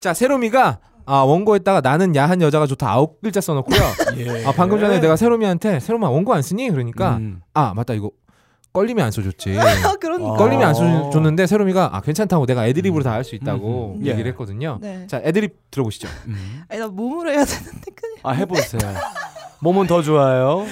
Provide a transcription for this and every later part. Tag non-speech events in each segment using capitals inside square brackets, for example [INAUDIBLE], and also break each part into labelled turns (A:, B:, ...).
A: 자, 세로미가 아, 원고에다가 나는 야한 여자가 좋다 아홉 글자 써놓고요.
B: 예.
A: 아, 방금 전에 내가 세로미한테 세로마 원고 안 쓰니? 그러니까
B: 음.
A: 아, 맞다 이거 껄림이 안 써줬지. [LAUGHS]
C: 아, 그러니까.
A: 껄림이 안
B: 아.
A: 써줬는데 세로미가 아, 괜찮다고 내가 애드립으로 다 할 수 있다고
B: 음.
A: 얘기를
B: 예.
A: 했거든요.
C: 네.
A: 자, 애드립 들어보시죠.
B: 음.
C: 아니, 나 몸으로 해야 되는데 그냥.
B: 아 해보세요. 몸은 더 좋아요.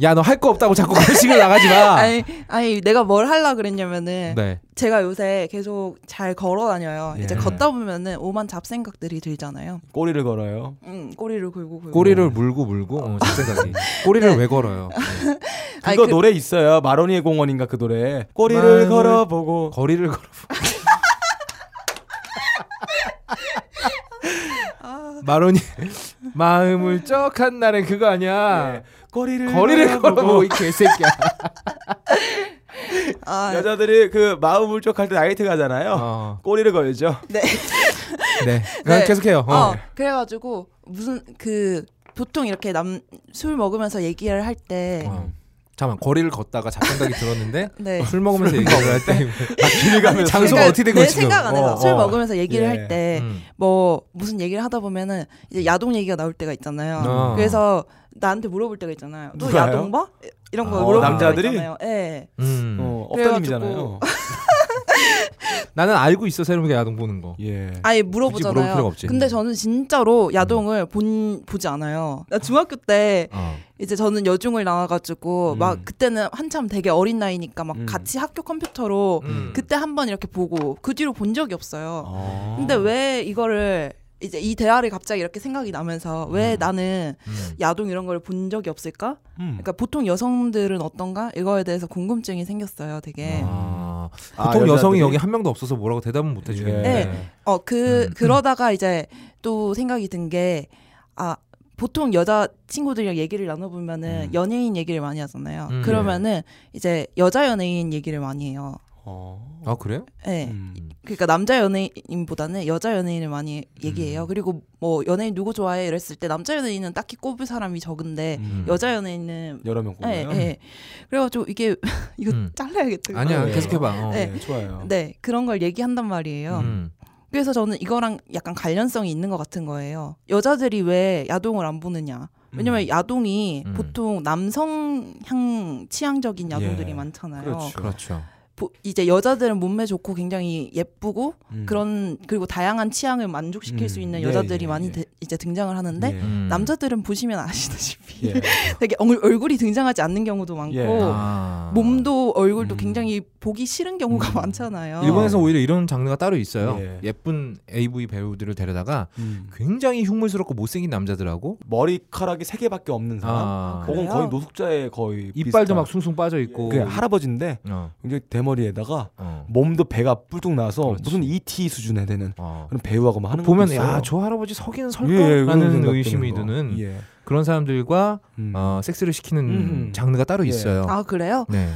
A: 야, 너 할 거 없다고 자꾸 결식을 나가지 마.
C: [LAUGHS] 아니, 아니 내가 뭘 하려 그랬냐면은
A: 네.
C: 제가 요새 계속 잘 걸어 다녀요.
B: 예.
C: 이제 걷다 보면은 오만 잡생각들이 들잖아요.
B: 꼬리를 걸어요.
C: 음, 꼬리를 굴고 굴고.
A: 꼬리를 물고 물고
C: [LAUGHS]
A: 어, 제 생각이. 꼬리를
C: 네.
A: 왜 걸어요? 네.
B: 그거
C: 아니, 그-
B: 노래 있어요. 마로니의 공원인가 그 노래. 꼬리를
A: 마음을-
B: 걸어보고.
A: 거리를 걸어.
C: 아.
A: 마론이 마음을 쩍한 날엔 그거 아니야.
B: 꼬리를
A: 거리를 걸어보고 네. 뭐, 이 개새끼야.
C: 아,
B: 여자들이 그 마음 울적할 때 나이트 가잖아요.
A: 어, [LAUGHS]
B: 꼬리를 걸죠.
C: 네.
A: 네.
C: 네.
A: 계속해요. 어.
C: 어, 그래가지고 무슨 그 보통 이렇게 남 술 먹으면서 얘기를 할 때
A: 어. 잠깐만 거리를 걷다가 잡생각이 들었는데
C: 네.
A: 술 먹으면서 얘기를 할때
B: 길 가면서.
A: 장소가
C: 그러니까
A: 어떻게 된
C: 내
A: 거지 지금?
C: 생각 안에서
B: 어,
C: 술
B: 어.
C: 먹으면서 얘기를
B: 예.
C: 할 때 뭐
A: 음.
C: 무슨 얘기를 하다 보면은 이제 야동 얘기가 나올 때가 있잖아요.
A: 어.
C: 그래서 나한테 물어볼 때가 있잖아요. 너
B: 누가요?
C: 야동 봐? 이런 거
B: 어,
C: 물어볼
B: 남자들이?
C: 때가 있잖아요. 예.
A: 음.
B: 어,
C: 그래가지고-
B: 업다님이잖아요.
A: 나는 알고 있어 새로운 야동 보는 거.
B: 예.
C: 아예
A: 물어볼 필요가
C: 물어보잖아요.
A: 없지.
C: 근데 저는 진짜로 야동을 본 보지 않아요. 나 중학교 때
A: 어.
C: 이제 저는 여중을 나와가지고
B: 음.
C: 막 그때는 한참 되게 어린 나이니까 막
B: 음.
C: 같이 학교 컴퓨터로
A: 음.
C: 어, 그때 한 번 이렇게 보고 그 뒤로 본 적이 아, 없어요.
B: 어.
C: 근데 왜 이거를 이제 이 대화를 갑자기 이렇게 생각이 나면서 왜 나는
A: 음.
C: 야동 이런 걸 본 적이 없을까?
B: 음.
C: 그러니까 보통 여성들은 어떤가? 이거에 대해서 궁금증이 생겼어요, 되게.
A: 아,
B: 아,
A: 보통 여성이
B: 여자들이?
A: 여기 한 명도 없어서 뭐라고 대답은 못 해주겠네.
C: 예. 어,
A: 음,
C: 그 그러다가 이제 또 생각이 든 게 아 보통 여자 친구들이랑 얘기를 나눠보면은 연예인 얘기를 많이 하잖아요.
A: 음.
C: 그러면은 이제 여자 연예인 얘기를 많이 해요.
B: 어.
A: 아 그래요?
C: 예.
B: 음.
C: 그러니까 남자 연예인보다는 여자 연예인을 많이
A: 음.
C: 얘기해요. 그리고 뭐 연예인 누구 좋아해 이랬을 때 남자 연예인은 딱히 꼽을 사람이 적은데
B: 음.
C: 네. 여자 연예인은
B: 여러 명
C: 예,
B: 보면.
C: 예. 그래가지고 이게 [LAUGHS] 이거
A: 음.
C: 잘라야겠다.
A: 아니야
B: 예.
A: 계속해봐. 어.
C: 예.
B: 네, 좋아요.
C: 네, 그런 걸 얘기한단 말이에요.
A: 음.
C: 그래서 저는 이거랑 약간 관련성이 있는 것 같은 거예요. 여자들이 왜 야동을 안 보느냐?
B: 음.
C: 왜냐면 야동이
A: 음.
C: 보통 남성향 취향적인 야동들이
B: 예.
C: 많잖아요.
B: 그렇죠.
A: 그렇죠.
C: 보- 이제 여자들은 몸매 좋고 굉장히 예쁘고
B: 음.
C: 그런 그리고 다양한 취향을 만족시킬
B: 음.
C: 수 있는
B: 예,
C: 여자들이
B: 예,
C: 많이
B: 예.
C: 데- 이제 등장을 하는데
B: 예.
A: 음.
C: 남자들은 보시면 아시다시피
B: 예.
C: [LAUGHS] 되게 얼- 얼굴이 등장하지 않는 경우도 많고
B: 예.
A: 아.
C: 몸도 얼굴도
B: 음.
C: 굉장히 보기 싫은 경우가
B: 음.
C: 많잖아요.
A: 일본에서 오히려 이런 장르가 따로 있어요.
B: 예.
A: 예. 쁜 AV 배우들을 데려다가
B: 음.
A: 굉장히 흉물스럽고 못생긴 남자들하고
B: 머리카락이 세 개밖에 없는 사람.
A: 아,
C: 그래요?
B: 혹은 거의 노숙자에 거의
A: 이빨도
B: 비슷한.
A: 막 숭숭 빠져 있고.
B: 그 할아버지인데
A: 어,
B: 굉장히 대머리에다가
A: 어,
B: 몸도 배가 뿔뚝 나서
A: 그렇지.
B: 무슨 ET 수준에 되는
A: 어.
B: 아. 그런 배우하고 막 하는
A: 그렇죠. 보면
B: 것도 있어요.
A: 야저 할아버지 서기는
B: 예, 예, 그런
A: 설까라는
B: 생각
A: 의심이
B: 드는 거.
A: 드는
B: 예.
A: 그런 사람들과
B: 음.
A: 어, 섹스를 시키는
B: 음.
A: 장르가 따로
B: 예.
A: 있어요.
C: 아 그래요?
A: 네.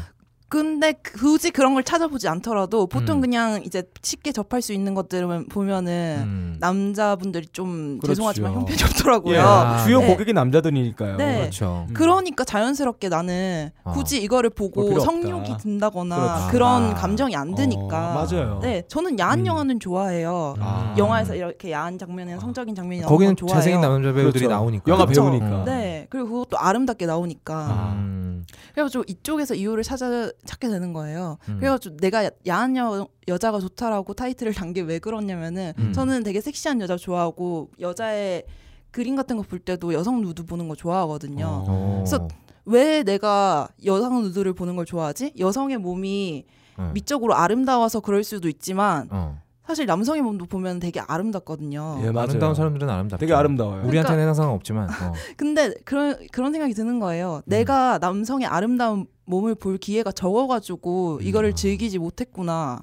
C: 근데 굳이 그런 걸 찾아보지 않더라도 보통
A: 음.
C: 그냥 이제 쉽게 접할 수 있는 것들은
B: 네.
C: 보면은
A: 음.
C: 남자분들이 좀
B: 그렇죠.
C: 죄송하지만 형편이
B: 예.
C: 없더라고요.
A: 아,
B: 주요
C: 네.
B: 고객이 남자들이니까요.
C: 네.
A: 그렇죠.
B: 음.
C: 그러니까 자연스럽게 나는
A: 아.
C: 굳이 이거를
B: 볼
C: 보고
B: 필요 없다.
C: 성욕이 든다거나
B: 그렇지.
C: 그런
A: 아.
C: 감정이 안 드니까.
B: 어, 맞아요.
C: 네, 저는 야한
B: 음.
C: 영화는 좋아해요.
B: 아.
C: 영화에서 이렇게 야한 장면이나 성적인 장면이 나오는
A: 거기는
C: 건 좋아해요.
A: 잘생긴 남자 배우들이
B: 그렇죠.
A: 나오니까.
B: 영화
C: 그렇죠.
B: 배우니까.
C: 네, 그리고 그것도 아름답게 나오니까.
B: 아.
A: 음.
C: 그래가지고 이쪽에서 이유를 찾아 찾게 되는 거예요.
A: 음.
C: 그래가지고 내가 야- 야한 여, 여자가 좋다라고 타이틀을 단 게 왜 그러냐면은
A: 음.
C: 저는 되게 섹시한 여자 좋아하고 여자의 그림 같은 거 볼 때도 여성 누드 보는 거 좋아하거든요.
B: 어.
C: 그래서 왜 내가 여성 누드를 보는 걸 좋아하지? 여성의 몸이
A: 네.
C: 미적으로 아름다워서 그럴 수도 있지만
A: 어.
C: 사실 남성의 몸도 보면 되게 아름답거든요.
B: 예, 맞아요.
A: 아름다운 사람들은 아름답죠.
B: 되게
C: 음. 그러니까
B: 아름다워요.
A: 우리한테는 항상 없지만.
C: [LAUGHS]
A: 어.
C: 근데 그런 그런 생각이 드는 거예요. 내가 남성의 아름다운 몸을 볼 기회가 적어가지고 이거를 즐기지 못했구나라는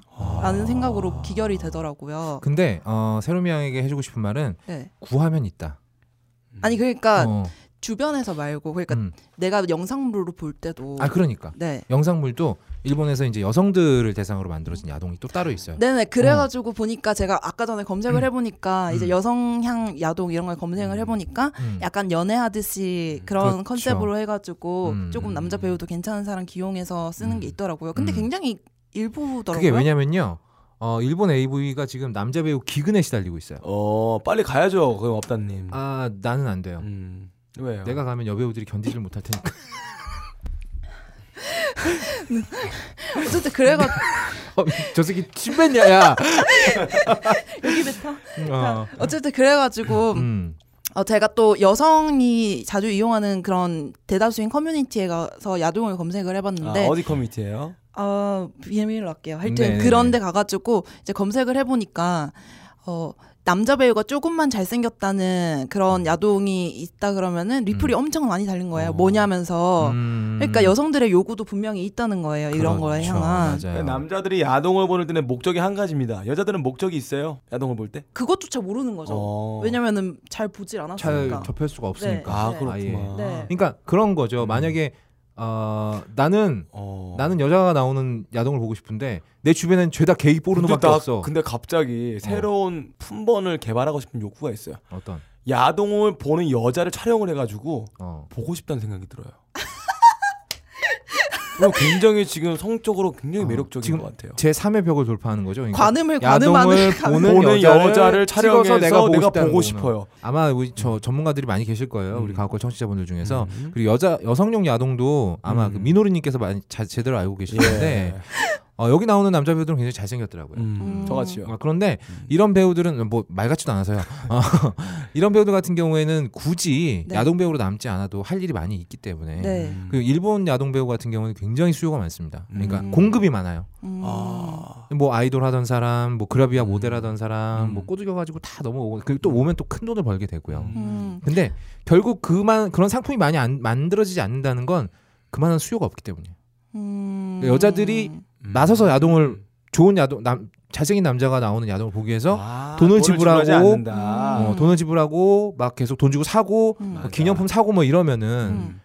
C: 생각으로 기결이 되더라고요.
A: 근데 어, 세로미 양에게 해주고 싶은 말은
C: 네.
A: 구하면 있다.
C: 아니 그러니까
A: 어,
C: 주변에서 말고 그러니까
A: 음.
C: 내가 영상물로 볼 때도
A: 아 그러니까
C: 네.
A: 영상물도 일본에서 이제 여성들을 대상으로 만들어진 야동이 또 따로 있어요.
C: 네네 그래가지고 보니까 제가 아까 전에 검색을 해보니까 이제
A: 음.
C: 여성향 야동 이런 걸 검색을 해보니까
A: 음.
C: 네. 약간 연애하듯이 그런
A: 그렇죠.
C: 컨셉으로 해가지고
A: 음.
C: 조금 남자 배우도 괜찮은 사람 기용해서 쓰는
A: 음.
C: 게 있더라고요. 근데
A: 음.
C: 굉장히 일부더라고요.
A: 그게 왜냐면요. 어, 일본 AV가 지금 남자 배우 기근에 시달리고 있어요.
B: 어 빨리 가야죠 그 업다님.
A: 아 나는 안 돼요.
B: 음 왜요?
A: 내가 가면 여배우들이 견디질 못할 테니까.
C: [LAUGHS]
A: [LAUGHS]
C: 어쨌든 그래가
A: 어, 저 새끼 침 뱉냐
C: [LAUGHS]
A: 야.
C: 여기 뱉어.
A: 어.
C: 어쨌든 그래가지고
A: 음.
C: 어, 제가 또 여성이 자주 이용하는 그런 대다수인 커뮤니티에 가서 야동을 검색을
B: 아,
C: 해봤는데
B: 어디 커뮤니티예요?
C: 어, 비밀로 할게요. 하여튼
A: 네네네.
C: 그런데 가가지고 이제 검색을 해보니까 어, 남자 배우가 조금만 잘생겼다는 그런 야동이 있다 그러면은 리플이 엄청 많이 달린 거예요.
B: 어.
C: 뭐냐면서.
A: 음.
C: 그러니까 여성들의 요구도 분명히 있다는 거예요. 이런 거에
A: 그렇죠.
C: 향한.
A: 맞아요.
B: 남자들이 야동을 보는 때는 목적이 한 가지입니다. 여자들은 목적이 있어요. 야동을 볼 때.
C: 그것조차 모르는 거죠.
B: 어.
C: 왜냐면은 잘 보질
A: 잘
C: 않았으니까.
A: 접할 수가 없으니까.
B: 아
C: 네.
B: 그렇구나.
A: 아예.
C: 네.
A: 그러니까 그런 거죠. 만약에 어, 나는
B: 음. 어.
A: 나는 여자가 나오는 야동을 보고 싶은데 내 주변엔 죄다 게이
B: 근데
A: 포르노밖에
B: 나-
A: 없어.
B: 근데 갑자기 새로운 품번을 개발하고 싶은 욕구가 있어요.
A: 어떤?
B: 야동을 보는 여자를 촬영을 해가지고
A: 어.
B: 보고 싶다는 생각이 들어요.
C: [LAUGHS]
B: 이거 굉장히 지금 성적으로 굉장히
A: 어,
B: 매력적인
A: 지금
B: 것 같아요.
A: 제 3의 벽을 돌파하는 거죠. 그러니까
C: 관음을
A: 야동을
C: 관음하는
A: 보는
B: 보는
A: 여자를
B: 여자를
A: 찍어서
B: 촬영해서
A: 내가
B: 내가
A: 보고
B: 보고,
A: 싶다는 거구나.
B: 싶어요.
A: 아마 우리 저 전문가들이 많이 계실 거예요. 우리
B: 음.
A: 가옥걸 청취자분들 중에서.
B: 음.
A: 그리고 여자 여성용 야동도 아마
B: 음.
A: 그 민호리님께서 많이 자- 제대로 알고 계실
B: 예.
A: 텐데 어, 여기 나오는 남자 배우들은 굉장히 잘생겼더라고요.
B: 음,
C: 음.
B: 저같이요.
A: 아, 그런데
B: 음.
A: 이런 배우들은 뭐 말 같지도 않아서요. 어, [LAUGHS] 이런 배우들 같은 경우에는 굳이
C: 네.
A: 야동 배우로 남지 않아도 할 일이 많이 있기 때문에
C: 네.
B: 음.
A: 그 일본 야동 배우 같은 경우는 굉장히 수요가 많습니다. 그러니까
B: 음.
A: 공급이 많아요.
C: 음.
B: 아,
A: 뭐 아이돌 하던 사람, 뭐 그라비아
B: 음.
A: 모델 하던 사람,
B: 음.
A: 뭐 꼬드겨 가지고 다 넘어오고 그리고 또 오면 또 큰 돈을 벌게 되고요.
C: 음.
A: 근데 결국 그만 그런 상품이 많이 안- 만들어지지 않는다는 건 그만한 수요가 없기 때문이에요.
C: 음.
A: 여자들이
B: 음.
A: 나서서 야동을 좋은 야동 남 잘생긴 남자가 나오는 야동을 보기 위해서
B: 아,
A: 돈을
B: 지불하지
A: 지불하고
B: 않는다.
A: 어, 돈을 지불하고 막 계속 돈 주고 사고
C: 음.
A: 뭐 기념품 사고 뭐 이러면은
C: 음.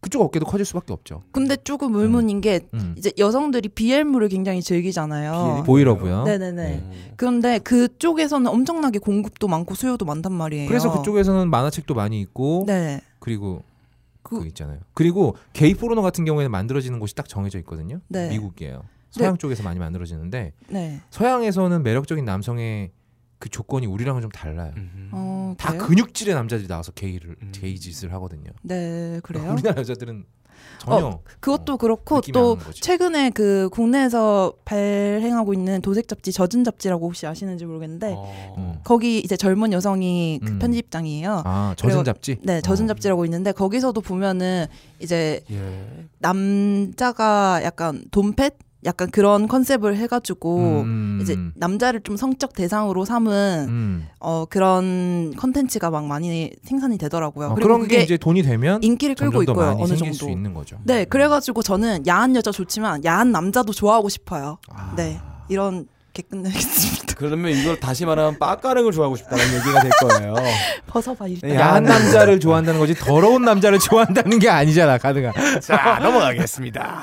A: 그쪽 어깨도 커질 수밖에 없죠.
C: 근데 조금 의문인 게
A: 음.
C: 이제 여성들이 BL물을 굉장히 즐기잖아요.
B: BL?
A: 보이러고요.
C: 네네네.
A: 네.
B: 음.
C: 그런데 그쪽에서는 엄청나게 공급도 많고 수요도 많단 말이에요.
A: 그래서 그쪽에서는 만화책도 많이 있고
C: 어. 네.
A: 그리고
C: 그-
A: 그거 있잖아요. 그리고 게이 포르노 같은 경우에는 만들어지는 곳이 딱 정해져 있거든요.
C: 네.
A: 미국이에요. 서양 쪽에서 많이 만들어지는데
C: 네.
A: 서양에서는 매력적인 남성의 그 조건이 우리랑은 좀 달라요.
B: 음.
C: 어,
A: 다
C: 그래요?
A: 근육질의 남자들이 나와서 게이를
B: 음.
A: 게이 짓을 하거든요.
C: 네,
A: [LAUGHS]
C: 그래요. 어.
A: 우리나라 여자들은 전혀
C: 그것도 그렇고
A: 어, 느낌이 안
C: 또
A: 오는 거죠.
C: 최근에 그 국내에서 발행하고 있는 도색 잡지 젖은 잡지라고 혹시 아시는지 모르겠는데
B: 어.
A: 음.
C: 거기 이제 젊은 여성이 그
A: 음.
C: 편집장이에요.
A: 아 젖은
C: 그래요.
A: 잡지.
C: 네, 젖은
A: 어.
C: 잡지라고 있는데 거기서도 보면은 이제
B: 예.
C: 남자가 약간 돈펫 약간 그런 컨셉을 해가지고
A: 음,
C: 이제 남자를 좀 성적 대상으로 삼은
A: 음.
C: 어, 그런 컨텐츠가 막 많이 생산이 되더라고요.
A: 어,
C: 그리고
A: 그런
C: 그게
A: 게 이제 돈이 되면
C: 인기를
A: 점점
C: 끌고
A: 더
C: 있고요.
A: 많이
C: 어느
A: 생길
C: 정도.
A: 수 있는 거죠.
C: 네, 그래가지고 저는 야한 여자 좋지만 야한 남자도 좋아하고 싶어요.
A: 아.
C: 네, 이런 게 끝내겠습니다.
B: 그러면 이걸 다시 말하면 빠까릉을 좋아하고 싶다는 얘기가 될
A: [LAUGHS]
B: 거예요.
C: 벗어봐 일단.
B: 네,
A: 야한
B: 야한
A: 남자를 좋아한다는 거지 더러운 남자를 [LAUGHS] 좋아한다는 게 아니잖아 가능한.
B: 자 넘어가겠습니다.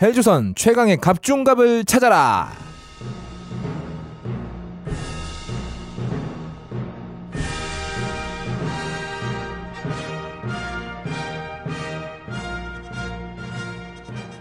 A: 헬조선 최강의 갑중갑을 찾아라.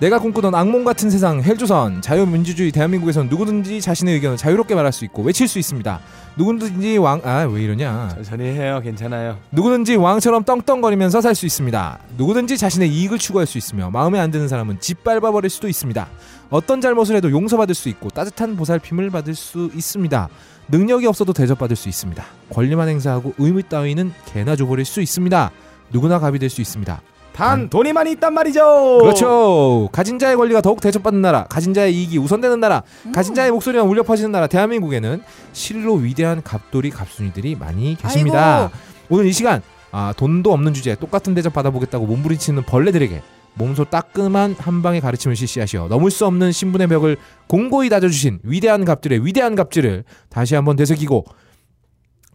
A: 내가 꿈꾸던 악몽 같은 세상 헬조선 자유민주주의 대한민국에선 누구든지 자신의 의견을 자유롭게 말할 수 있고 외칠 수 있습니다. 누구든지 왕 아 왜 이러냐?
B: 천천히 해요. 괜찮아요.
A: 누구든지 왕처럼 떵떵거리면서 살 수 있습니다. 누구든지 자신의 이익을 추구할 수 있으며 마음에 안 드는 사람은 짓밟아 버릴 수도 있습니다. 어떤 잘못을 해도 용서받을 수 있고 따뜻한 보살핌을 받을 수 있습니다. 능력이 없어도 대접받을 수 있습니다. 권리만 행사하고 의무 따위는 개나 줘버릴 수 있습니다. 누구나 갑이 될 수 있습니다.
B: 단 돈이 많이 있단 말이죠.
A: 음. 그렇죠. 가진 자의 권리가 더욱 대접받는 나라, 가진 자의 이익이 우선되는 나라, 가진 자의 목소리가 울려 퍼지는 나라 대한민국에는 실로 위대한 갑돌이 갑순이들이 많이 계십니다.
C: 아이고.
A: 오늘 이 시간 아, 돈도 없는 주제에 똑같은 대접 받아보겠다고 몸부림치는 벌레들에게 몸소 따끔한 한방의 가르침을 실시하시어 넘을 수 없는 신분의 벽을 공고히 다져주신 위대한 갑들의 위대한 갑질을 다시 한번 되새기고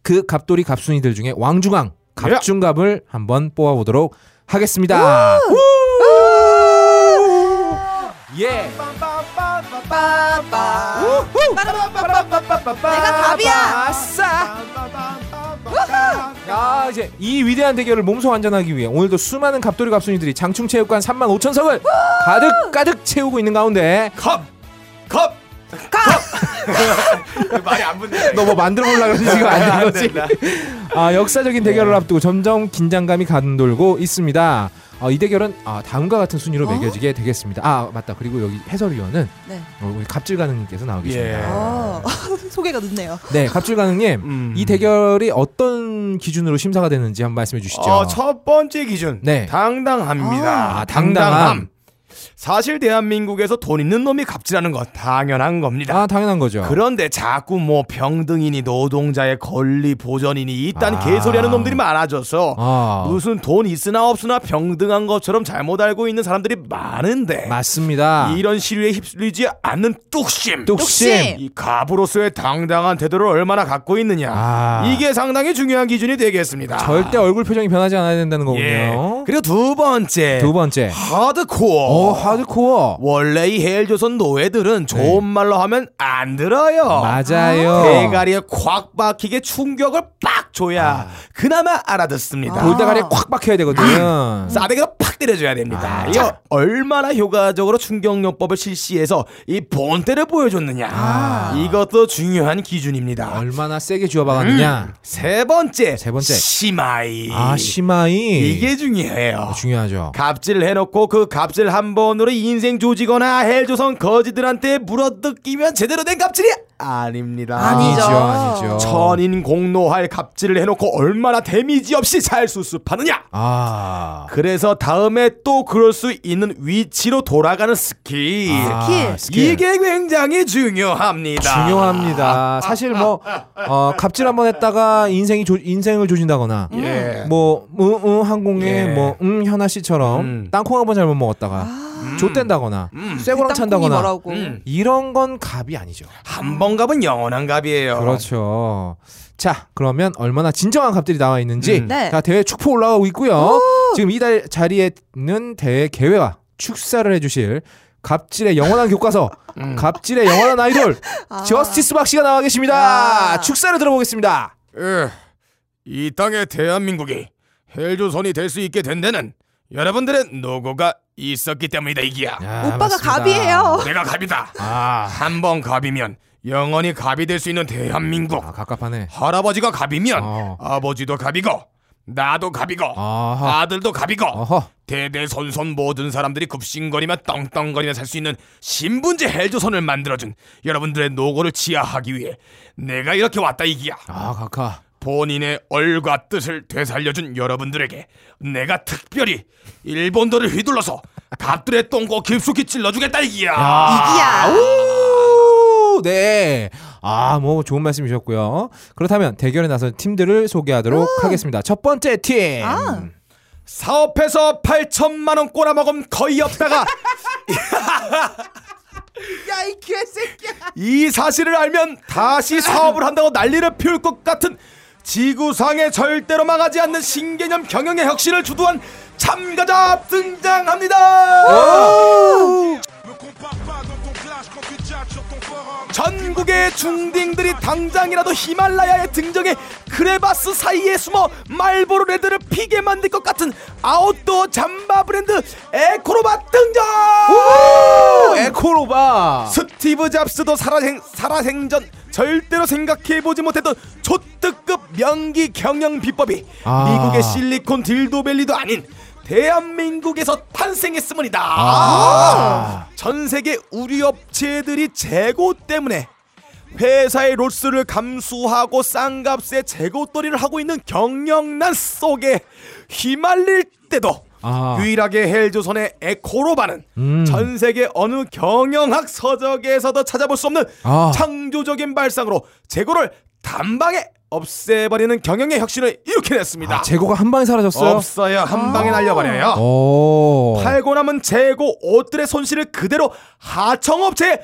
A: 그 갑돌이 갑순이들 중에 왕중왕 갑중갑을 한번 뽑아보도록 하겠습니다. 예.
C: 내가 갑이야.
A: 아싸. 야 이제 이 위대한 대결을 몸소 완전하기 위해 오늘도 수많은 갑돌이 갑순이들이 장충체육관 3만 5천 석을 가득 가득 채우고 있는 가운데
D: 컵! 컵!
B: 그
D: 컵! 말이 안 붙네.
A: 너 뭐 만들어 보려고 했는데 지금 안 되는 거지?
D: 나.
A: 아, 역사적인
B: 네.
A: 대결을 앞두고 점점 긴장감이 가돌고 있습니다. 어, 이 대결은 아, 다음과 같은 순위로
C: 어?
A: 매겨지게 되겠습니다. 아 맞다. 그리고 여기 해설위원은
C: 네.
A: 어, 우리 갑질가능님께서 나와 계십니다. 아.
B: 예.
C: 어, 소개가 늦네요.
A: 네, 갑질가능님
B: 음.
A: 이 대결이 어떤 기준으로 심사가 되는지 한번 말씀해 주시죠.
B: 어, 첫 번째 기준.
A: 네.
B: 당당합니다.
A: 아, 당당함.
B: 사실 대한민국에서 돈 있는 놈이 갑질하는 건 당연한 겁니다.
A: 아 당연한 거죠.
B: 그런데 자꾸 뭐 평등이니 노동자의 권리 보전이니 이딴
A: 아.
B: 개소리하는 놈들이 많아져서
A: 아
B: 무슨 돈 있으나 없으나 평등한 것처럼 잘못 알고 있는 사람들이 많은데
A: 맞습니다.
B: 이런 시류에 휩쓸리지 않는 뚝심
A: 뚝심.
C: 뚝심.
B: 이 갑으로서의 당당한 태도를 얼마나 갖고 있느냐
A: 아.
B: 이게 상당히 중요한 기준이 되겠습니다
A: 절대 얼굴 표정이 변하지 않아야 된다는 거군요.
B: 예. 그리고 두 번째
A: 두 번째.
B: 하드코어
A: 어 하드코어.
B: 원래 이 헬조선
A: 네.
B: 노예들은 좋은
D: 네.
B: 말로 하면 안 들어요
A: 맞아요.
B: 대가리에 콱 박히게 충격을 빡
A: 아.
B: 줘야 그나마 아. 알아듣습니다
A: 볼다가리 꽉 박혀야 되거든요.
B: 싸대기로 팍 때려줘야 됩니다.
A: 아.
B: 이거 얼마나 효과적으로 충격요법을 실시해서 이 본때를 보여줬느냐.
A: 아.
B: 이것도 중요한 기준입니다.
A: 얼마나 세게 주워박았느냐.
B: 음. 세 번째,
A: 어. 세 번째.
B: 심하이.
A: 아 심하이
B: 이게 중요해요.
A: 어, 중요하죠.
B: 예. 갑질 해놓고 그 갑질 한 번으로 인생 조지거나 헬조선 거지들한테 물어뜯기면 제대로 된 갑질이 아닙니다.
C: 아니죠.
A: 아니죠.
B: 천인 공노할 갑질을 해놓고 얼마나 데미지 없이 잘 수습하느냐.
A: 아
B: 그래서 다음에 또 그럴 수 있는 위치로 돌아가는 스킬.
A: 아,
C: 스킬.
A: 스킬.
B: 이게 굉장히 중요합니다.
A: 중요합니다. 사실 뭐 어, 갑질 한번 했다가 인생이 조, 인생을 조진다거나
B: 예.
A: 뭐 음, 음, 항공에
B: 예.
A: 뭐 음, 현아 씨처럼
B: 음.
A: 땅콩 한번 잘못 먹었다가 좆된다거나 쇠고랑
C: 아. 그 땅콩이
A: 찬다거나
C: 뭐라고.
B: 음.
A: 이런 건 갑이 아니죠.
B: 한 번 갑은 영원한 갑이에요.
A: 그렇죠. 자, 그러면 얼마나 진정한 갑들이 나와 있는지
B: 음.
C: 네.
A: 자, 대회 축포 올라가고 있고요. 지금 이달 자리에 있는 대회 개회와 축사를 해주실 갑질의 영원한
B: [LAUGHS]
A: 교과서,
B: 음.
A: 갑질의 영원한 아이돌 저스티스 박 씨가 나와 계십니다.
C: 아.
A: 축사를 들어보겠습니다.
B: 예. 이 땅의 대한민국이 헬조선이 될 수 있게 된 데는 여러분들의 노고가 있었기 때문이다 이기야.
C: 오빠가 갑이에요.
B: 내가 갑이다.
A: 아,
B: 한 번 갑이면 영원히 갑이 될 수 있는 대한민국.
A: 아 갑갑하네.
B: 할아버지가 갑이면
A: 어.
B: 아버지도 갑이고 나도 갑이고
A: 아하,
B: 아들도 갑이고
A: 어허.
B: 대대손손 모든 사람들이 굽신거리며 떵떵거리며 살 수 있는 신분제 헬조선을 만들어준 여러분들의 노고를 지하하기 위해 내가 이렇게 왔다 이기야
A: 아, 각하.
B: 본인의 얼과 뜻을 되살려준 여러분들에게 내가 특별히 일본도를 휘둘러서 갑들의 똥꼬 깊숙이 찔러주겠다 이기야
C: 이기야.
A: 오, 네. 아, 뭐 좋은 말씀이셨고요. 그렇다면 대결에 나선 팀들을 소개하도록 하겠습니다. 첫 번째 팀.
C: 아.
B: 사업해서 8천만 원 꼬라먹음 거의 없다가
C: [LAUGHS] 야 이 개새끼야.
B: 이 사실을 알면 다시 사업을 한다고 난리를 피울 것 같은 지구상에 절대로 망하지 않는 신개념 경영의 혁신을 주도한 참가자 등장합니다. 전국의 중딩들이 당장이라도 히말라야의 등정에 크레바스 사이에 숨어 말보로 레드를 피게 만들 것 같은 아웃도어 잠바 브랜드 에코로바 등장!
A: 에코로바.
B: 스티브 잡스도 살아생, 살아생전 절대로 생각해보지 못했던 초특급 명기 경영 비법이
A: 아.
B: 미국의 실리콘 딜도밸리도 아닌 대한민국에서 탄생했음이다.
A: 아.
B: 전 세계 우리 업체들이 재고 때문에 회사의 로스를 감수하고 싼값에 재고떨이를 하고 있는 경영난 속에 휘말릴 때도
A: 아.
B: 유일하게 헬조선의 에코로바는
A: 음.
B: 전 세계 어느 경영학 서적에서도 찾아볼 수 없는
A: 아.
B: 창조적인 발상으로 재고를 단방에 없애버리는 경영의 혁신을 일으켜냈습니다.
A: 아, 재고가 한 방에 사라졌어요. 아.
B: 없어요. 한 방에 날려버려요.
A: 오.
B: 팔고 남은 재고 옷들의 손실을 그대로 하청업체에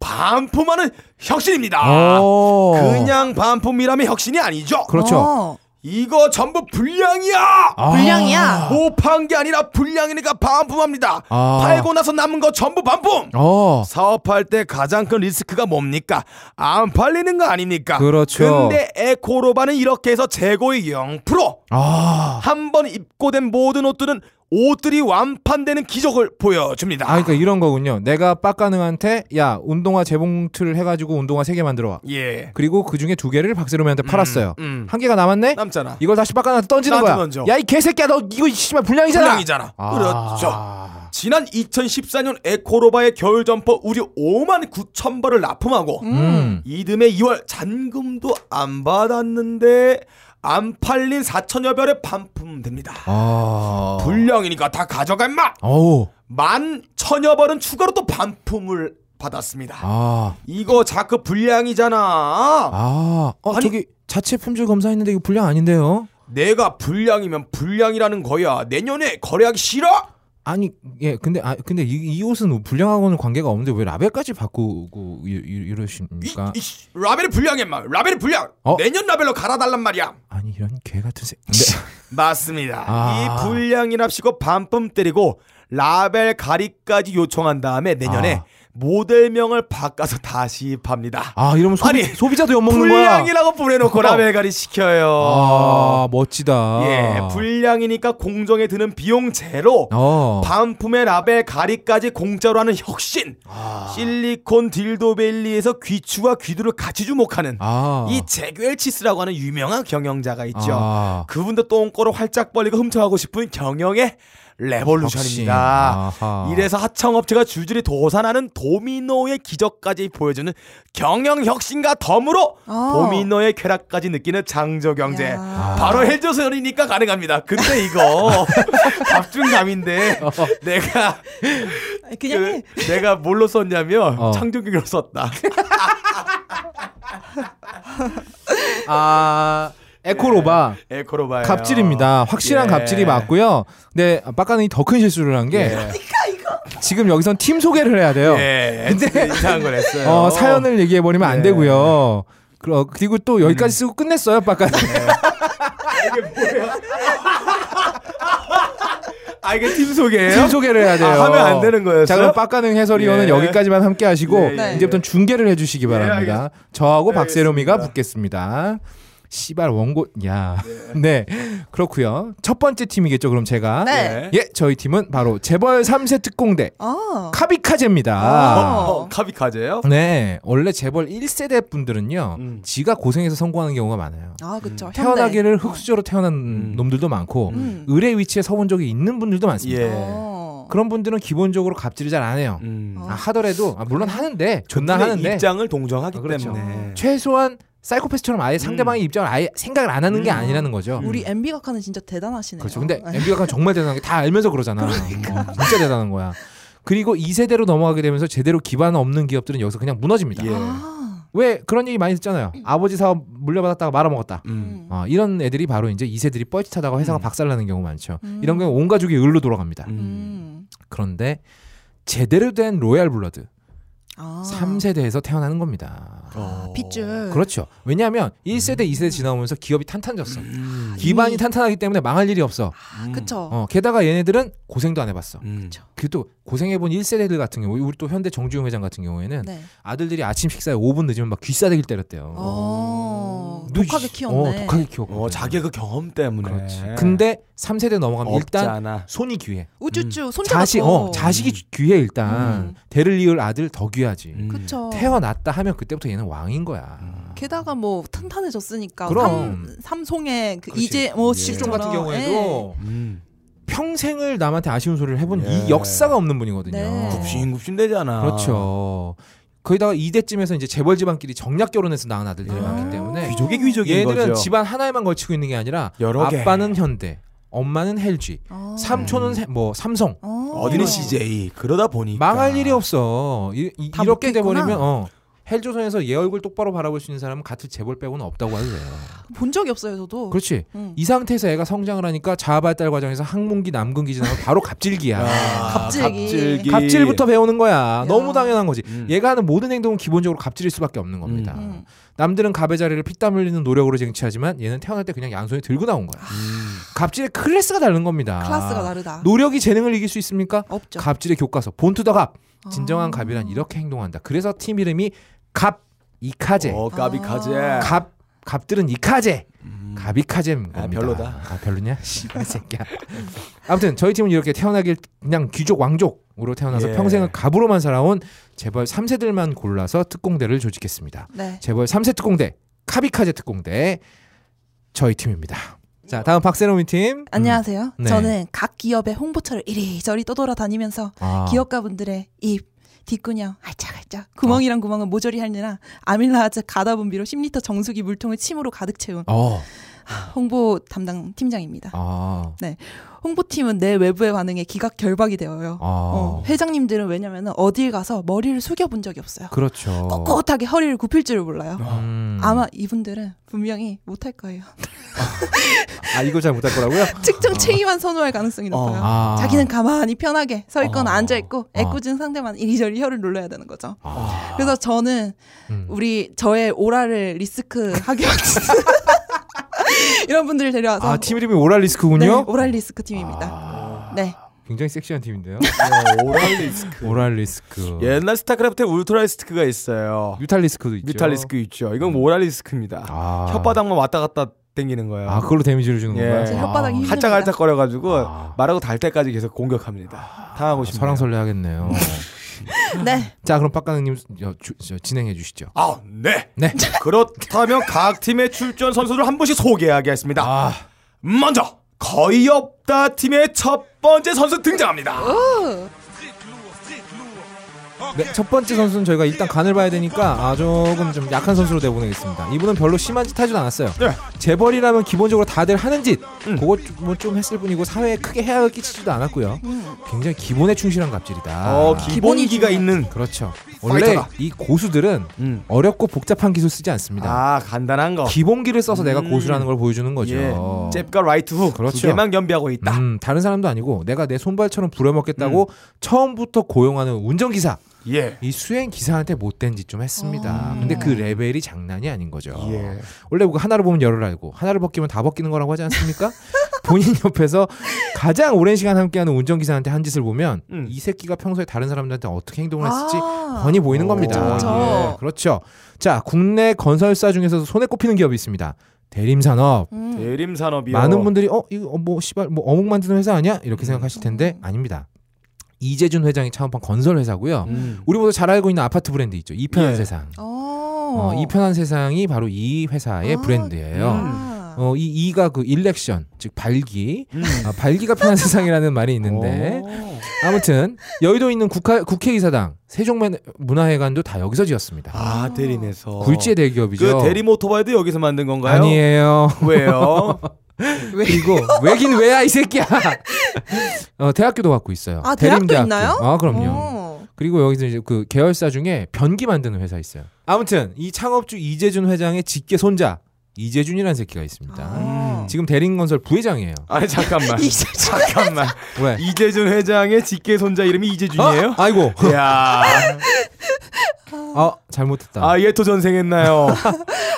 B: 반품하는 혁신입니다.
A: 오.
B: 그냥 반품이라면 혁신이 아니죠.
A: 그렇죠.
C: 어,
B: 이거 전부 불량이야.
A: 아.
C: 불량이야.
B: 못 판 게 아니라 불량이니까 반품합니다.
A: 아.
B: 팔고 나서 남은 거 전부 반품.
A: 어.
B: 사업할 때 가장 큰 리스크가 뭡니까? 안 팔리는 거 아닙니까?
A: 그렇죠.
B: 근데 에코로바는 이렇게 해서 재고의 0%.
A: 아.
B: 한 번 입고된 모든 옷들은 옷들이 완판되는 기적을 보여줍니다.
A: 아, 그러니까 이런 거군요. 내가 빡가능한테 야 운동화 재봉틀 해가지고 운동화 세 개 만들어 와.
B: 예.
A: 그리고 그 중에 두 개를 박세롬이한테 팔았어요.
B: 음.
A: 한 개가 남았네.
B: 남잖아.
A: 이걸 다시 빡가능한테 던지는
B: 나한테
A: 거야.
B: 던져.
A: 야 이 개새끼야 너 이거 씨발 불량이잖아.
B: 불량이잖아.
A: 아.
B: 그렇죠. 지난 2014년 에코로바의 겨울 점퍼 우리 5만 9천 벌을 납품하고
A: 음.
B: 이듬해 2월 잔금도 안 받았는데 안 팔린 4천여 별에 반품됩니다.
A: 아.
B: 불량이니까 다 가져가 임마.
A: 어우.
B: 만 천여 벌은 추가로 또 반품을 받았습니다.
A: 아.
B: 이거 자크 불량이잖아.
A: 아. 어
B: 아니-
A: 저기 자체 품질 검사했는데 이거 불량 아닌데요?
B: 내가 불량이면 불량이라는 거야. 내년에 거래하기 싫어?
A: 아니 예 근데 아 근데 이, 이 옷은 불량하고는 관계가 없는데 왜 라벨까지 바꾸고 이, 이, 이러십니까?
B: 이, 이씨, 라벨이 불량이야, 마. 라벨이 불량.
A: 그러니까. 어?
B: 내년 라벨로 갈아달란 말이야.
A: 아니 이런 개 같은 새. 네.
B: 맞습니다.
A: 아.
B: 이 불량이랍시고 반품 때리고 라벨 가리까지 요청한 다음에 내년에
A: 아.
B: 모델명을 바꿔서 다시 팝니다.
A: 아 이러면 소비,
B: 아니,
A: 소비자도 엿먹는 거야.
B: 불량이라고 보내놓고
A: 어.
B: 라벨 가리 시켜요.
A: 아 멋지다.
B: 예, 불량이니까 공정에 드는 비용 제로.
A: 어.
B: 반품의 라벨 가리까지 공짜로 하는 혁신
A: 아.
B: 실리콘 딜도 밸리에서 귀추와 귀두를 같이 주목하는
A: 아.
B: 이 제규엘 치스라고 하는 유명한 경영자가 있죠
A: 아.
B: 그분도 똥꼬를 활짝 벌리고 훔쳐가고 싶은 경영의 레볼루션입니다
A: 혁신. 아하.
B: 이래서 하청업체가 줄줄이 도산하는 도미노의 기적까지 보여주는 경영혁신과 덤으로
C: 아.
B: 도미노의 쾌락까지 느끼는 장조경제
C: 야.
B: 바로 헬조선이니까 가능합니다 근데 이거 갑중감인데 내가
C: 아니, 그냥 해.
B: 그 내가 뭘로 썼냐면
A: 어.
B: 창조경으로 썼다.
A: 아 에코로바
B: 에코로바예요.
A: 갑질입니다. 확실한
B: 네. 예.
A: 갑질이 맞고요. 예. 근데 빡가능이 더 큰 실수를 한 게 지금 여기선 팀 소개를 해야 돼요.
B: 예.
A: 근데-
B: 이상한 걸 했어요.
A: 어, 사연을 얘기해 버리면 안
B: 예. 음.
A: 되고요. 그러- 그리고 또 여기까지 쓰고 끝냈어요, 빡가능.
B: 아 이게 팀 소개예요?
A: [LAUGHS] 팀 소개를 해야 돼요.
B: 아, 하면 안 되는 거였어요?
A: 자, 그럼 빡가능 해설위원은
B: 예.
A: 여기까지만 함께 하시고
B: 예,
C: 예,
A: 이제부터 는 중계를 해주시기 바랍니다. 저하고 박세롬이가 붙겠습니다. 씨발 원고 야. [LAUGHS] 네. 그렇고요. 첫 번째 팀이겠죠. 그럼 제가
C: 네.
A: 예, 저희 팀은 바로 재벌 3세 특공대
C: 아.
A: 카비카제입니다.
B: 어, 카비카제요?
A: 네. 원래 재벌 1세대 분들은요.
B: 음.
A: 지가 고생해서 성공하는 경우가 많아요.
C: 아, 그쵸. 현대.
A: 태어나기를 흙수저로 태어난 놈들도 많고
C: 음.
A: 을의 위치에 서본 적이 있는 분들도 많습니다.
B: 예.
C: 어.
A: 그런 분들은 기본적으로 갑질을 잘 안 해요.
B: 음.
A: 아, 하더라도 아, 물론 하는데 존나
B: 근데
A: 하는데
B: 입장을 동정하기
A: 아, 그렇죠.
B: 때문에.
A: 최소한 사이코패스처럼 아예 상대방의 입장을 아예 생각을 안 하는 게 아니라는 거죠.
C: 우리 MB 각하는 진짜 대단하시네요.
A: 음.
C: 어. 예. 그러니까.
A: 그렇죠. 근데 MB가 정말 대단한 게 다 알면서 그러잖아. 어, 진짜 대단한 거야. 그리고 2세대로 넘어가게 되면서 제대로 기반 없는 기업들은 여기서 그냥 무너집니다.
B: 예.
C: 아.
A: 왜 그런 얘기 많이 듣잖아요. 아버지 사업 물려받았다가 말아먹었다.
B: 음.
A: 어, 이런 애들이 바로 이제 2세들이 뻘짓하다가 회사가 박살나는 경우 많죠.
C: 음.
A: 이런 경우 온 가족이 을로 돌아갑니다.
C: 음.
A: 그런데 제대로 된 로얄 블러드
C: 아. 네.
A: 3세대에서 태어나는 겁니다.
B: 어.
C: 핏줄.
A: 그렇죠. 왜냐하면 1세대, 2세대 지나오면서 기업이 탄탄해졌어.
B: 음.
A: 기반이
C: 이미-
A: 탄탄하기 때문에 망할 일이 없어.
C: 아, 그쵸.
A: 어, 게다가 얘네들은 고생도 안 해봤어.
B: 음.
A: 그또 고생해본 1세대들 같은 경우, 우리 또 현대 정주영 회장 같은 경우에는
C: 네.
A: 아들들이 아침 식사에 5분 늦으면 막 귀싸대기를 때렸대요.
C: 어.
A: 누-
C: 독하게 키웠네.
A: 어, 독하게 키웠고.
B: 어, 자기의 그 경험 때문에. 음.
A: 그렇지. 근데 3세대 넘어가면 일단
B: 없잖아.
A: 손이 귀해.
C: 우쭈쭈 손잡아서.
A: 자식, 어, 자식이 귀- 귀해 일단.
C: 음.
A: 대를 이을 아들 더 귀하지.
B: 음.
C: 그쵸.
A: 태어났다 하면 그때부터 얘는 왕인 거야. 음.
C: 게다가 뭐 탄탄해졌으니까
A: 그럼.
C: 삼, 삼송의 그
A: 그렇지.
C: 이제 뭐 예.
A: 실종 같은 경우에도
B: 음.
A: 평생을 남한테 아쉬운 소리를 해본
B: 예.
A: 이 역사가 없는 분이거든요.
C: 네. 굽신.
B: 굽신굽신 되잖아.
A: 어. 그렇죠. 거기다가 이대쯤에서 이제 재벌 집안끼리 정략 결혼해서 낳은 아들들이
B: 아.
A: 많기 때문에
B: 귀족의 귀족인
A: 얘들은
B: 거죠.
A: 집안 하나에만 걸치고 있는 게 아니라
B: 여러 개.
A: 아빠는 현대, 엄마는 헬지, 삼촌은 세- 뭐 삼성.
C: 어.
B: 어디는 CJ 그러다 보니까
A: 음. 망할 일이 없어. 이,
C: 다
A: 렇게
C: 묶여있구나.
A: 돼버리면 어. 헬조선에서 얘 얼굴 똑바로 바라볼 수 있는 사람은 같은 재벌 빼고는 없다고 하세요.
C: 본 적이 없어요 저도.
A: 그렇지.
C: 음.
A: 이 상태에서 애가 성장을 하니까 자아발달 과정에서 항문기, 남근기 지나고 바로
B: [LAUGHS]
A: 갑질기야.
B: 아,
C: 갑질기.
A: 갑질부터 배우는 거야.
C: 야.
A: 너무 당연한 거지.
B: 음.
A: 얘가 하는 모든 행동은 기본적으로 갑질일 수밖에 없는 겁니다.
C: 음.
A: 남들은 갑의 자리를 피땀 흘리는 노력으로 쟁취하지만 얘는 태어날 때 그냥 양손에 들고 나온 거야.
B: 음.
A: 갑질의 클래스가 다른 겁니다.
C: 클래스가 다르다.
A: 아. 노력이 재능을 이길 수 있습니까?
C: 없죠.
A: 갑질의 교과서 본투더 갑. 진정한
C: 아.
A: 갑이란 이렇게 행동한다. 그래서 팀 이름이 갑 이카제.
B: 어, 까비카제.
C: 아.
A: 갑 갑들은 이카제. 갑이카제입니다.
B: 음. 아, 별로다.
A: 아, 별로냐? [LAUGHS] 씨발 새끼야. 아무튼 저희 팀은 이렇게 태어나길 그냥 귀족 왕족으로 태어나서
B: 예.
A: 평생을 갑으로만 살아온 재벌 3세들만 골라서 특공대를 조직했습니다.
C: 네.
A: 재벌 3세 특공대 카비카제 특공대 저희 팀입니다. 자 다음 박세롬이 팀.
C: 안녕하세요.
A: 네.
C: 저는 각 기업의 홍보차를 이리저리 떠돌아다니면서
A: 아,
C: 기업가분들의 입 뒷구녕 알짝알짝
A: 어.
C: 구멍이랑 구멍은 모조리 할느라 아밀라아즈 가다분비로 10리터 정수기 물통을 침으로 가득 채운
A: 어.
C: 홍보 담당 팀장입니다.
A: 아.
C: 홍보팀은 내 외부의 반응에 기각 결박이 되어요.
A: 아.
C: 어, 회장님들은 왜냐면 어딜 가서 머리를 숙여본 적이 없어요.
A: 그렇죠.
C: 꼿꼿하게 허리를 굽힐 줄을 몰라요.
A: 음.
C: 아마 이분들은 분명히 못할 거예요.
A: 아 이걸 잘 못할
C: [LAUGHS]
A: 거라고요?
C: 특정 체위만 선호할 가능성이 높아요.
A: 아.
C: 자기는 가만히 편하게 서 있거나
A: 어.
C: 앉아 있고 애꿎은 상대만 이리저리 혀를 놀려야 되는 거죠.
A: 아.
C: 그래서 저는
A: 음.
C: 우리 저의 오라를 리스크하게 [LAUGHS] 만드는 이런 분들을 데려와서
A: 아, 팀 이름이 오랄리스크군요.
C: 네, 오랄 리스크 팀입니다.
A: 아,
C: 네.
A: 굉장히 섹시한 팀인데요.
B: 어,
A: 예. [LAUGHS]
B: 오랄리스크.
A: 오랄리스크.
B: 어. 옛날 스타크래프트에 울트라리스크가 있어요.
A: 뮤탈리스크도 있죠. 음.
B: 뮤탈리스크 있죠. 이건 오랄리스크입니다.
A: 아.
B: 혓바닥만 왔다 갔다 땡기는 거예요.
A: 아, 그걸로 데미지를 아, 주는
B: 예.
A: 건가요?
B: 제
C: 혓바닥이 힘-
B: 할짝 할짝 거려가지고
A: 아.
B: 말하고 달 때까지 계속 공격합니다. 당하고
A: 아,
B: 싶네요.
A: 설랑설레하겠네요.
C: 네.
A: 자, 그럼 빡가능님 저, 주- 저, 진행해 주시죠.
B: 아, 네.
A: 네.
B: 그렇다면 각 팀의 출전 선수들 한 분씩 소개하겠습니다.
A: 아,
B: 먼저 거의 없다 팀의 첫 번째 선수 등장합니다.
A: 네, 첫 번째 선수는 저희가 일단 간을 봐야 되니까 아, 조금 좀 약한 선수로 내보내겠습니다. 이분은 별로 심한 짓 하진 않았어요.
B: 네.
A: 재벌이라면 기본적으로 다들 하는 짓,
B: 음.
A: 그거 뭐좀 했을 뿐이고 사회에 크게 해악을 끼치지도 않았고요.
C: 음.
A: 굉장히 기본에 충실한 갑질이다.
B: 어, 기본기가
C: 기본이
B: 있는.
A: 그렇죠. 원래
B: 파이터다.
A: 이 고수들은
B: 음.
A: 어렵고 복잡한 기술 쓰지 않습니다.
B: 아, 간단한 거.
A: 기본기를 써서 내가
B: 음.
A: 고수라는 걸 보여주는 거죠.
B: 예. 잽과 라이트 훅.
A: 그렇죠.
B: 두 개만 겸비하고 있다. 음.
A: 음, 다른 사람도 아니고 내가 내 손발처럼 부려먹겠다고 처음부터 고용하는 운전기사
B: 예.
A: 이 수행 기사한테 못된 짓 좀 했습니다.
C: 어.
A: 근데 그 레벨이 장난이 아닌 거죠.
B: 아. 예.
A: 원래 그 하나를 보면 열을 알고 하나를 벗기면 다 벗기는 거라고 하지
B: [LAUGHS]
A: 않습니까? 본인 옆에서 가장 오랜 시간 함께하는 운전기사한테 한 짓을 보면
B: 음.
A: 이 새끼가 평소에 다른 사람들한테 어떻게 행동을 했을지
C: 아.
A: 훤히 보이는
B: 오,
A: 겁니다.
C: 그렇죠.
A: 예, 그렇죠. 자, 국내 건설사 중에서도 손에 꼽히는 기업이 있습니다. 대림산업.
C: 음.
B: 대림 산업이요.
A: 많은 분들이 어 이거 뭐 씨발 뭐 어묵 만드는 회사 아니야?
B: 음.
A: 이렇게 생각하실 텐데 아닙니다. 이재준 회장이 창업한 건설 회사고요.
B: 음.
A: 우리 모두 잘 알고 있는 아파트 브랜드 있죠. 이편한
B: 예.
A: 세상.
C: 어.
A: 어, 이편한 세상이 바로 이 회사의
C: 아,
A: 브랜드예요.
C: 아.
A: 어, 이 이가 그 일렉션, 즉 발기,
B: 음. 어.
A: 아, 발기가 편한 세상이라는 말이 있는데
B: 오.
A: 아무튼 여의도 에 있는 국회 국회의사당, 세종문화회관도 다 여기서 지었습니다.
B: 아, 대림에서.
A: 굴지의 대기업이죠.
B: 그 대림 오토바이도 여기서 만든 건가요?
A: 아니에요.
B: [LAUGHS]
A: [LAUGHS]
B: 왜요?
A: 그리고 왜긴 왜야 이 새끼야. 어, 대학교도 갖고 있어요.
C: 아, 대학도
A: 대림대학교.
C: 있나요?
A: 아 그럼요.
C: 어.
A: 그리고 여기서 이제 그 계열사 중에 변기 만드는 회사 있어요. 아무튼 이 창업주 이재준 회장의 직계 손자 이재준이라는 새끼가 있습니다.
C: 아.
A: 지금 대림건설 [LAUGHS] 부회장이에요.
B: 아니 잠깐만.
C: 이재준
B: 잠깐만.
A: 왜?
B: 이재준 회장의 직계 손자 이름이 이재준이에요?
A: 아,
B: [LAUGHS]
A: 아이고.
B: 이야.
A: 아 잘못했다.
B: 아, 얘 또 전생했나요?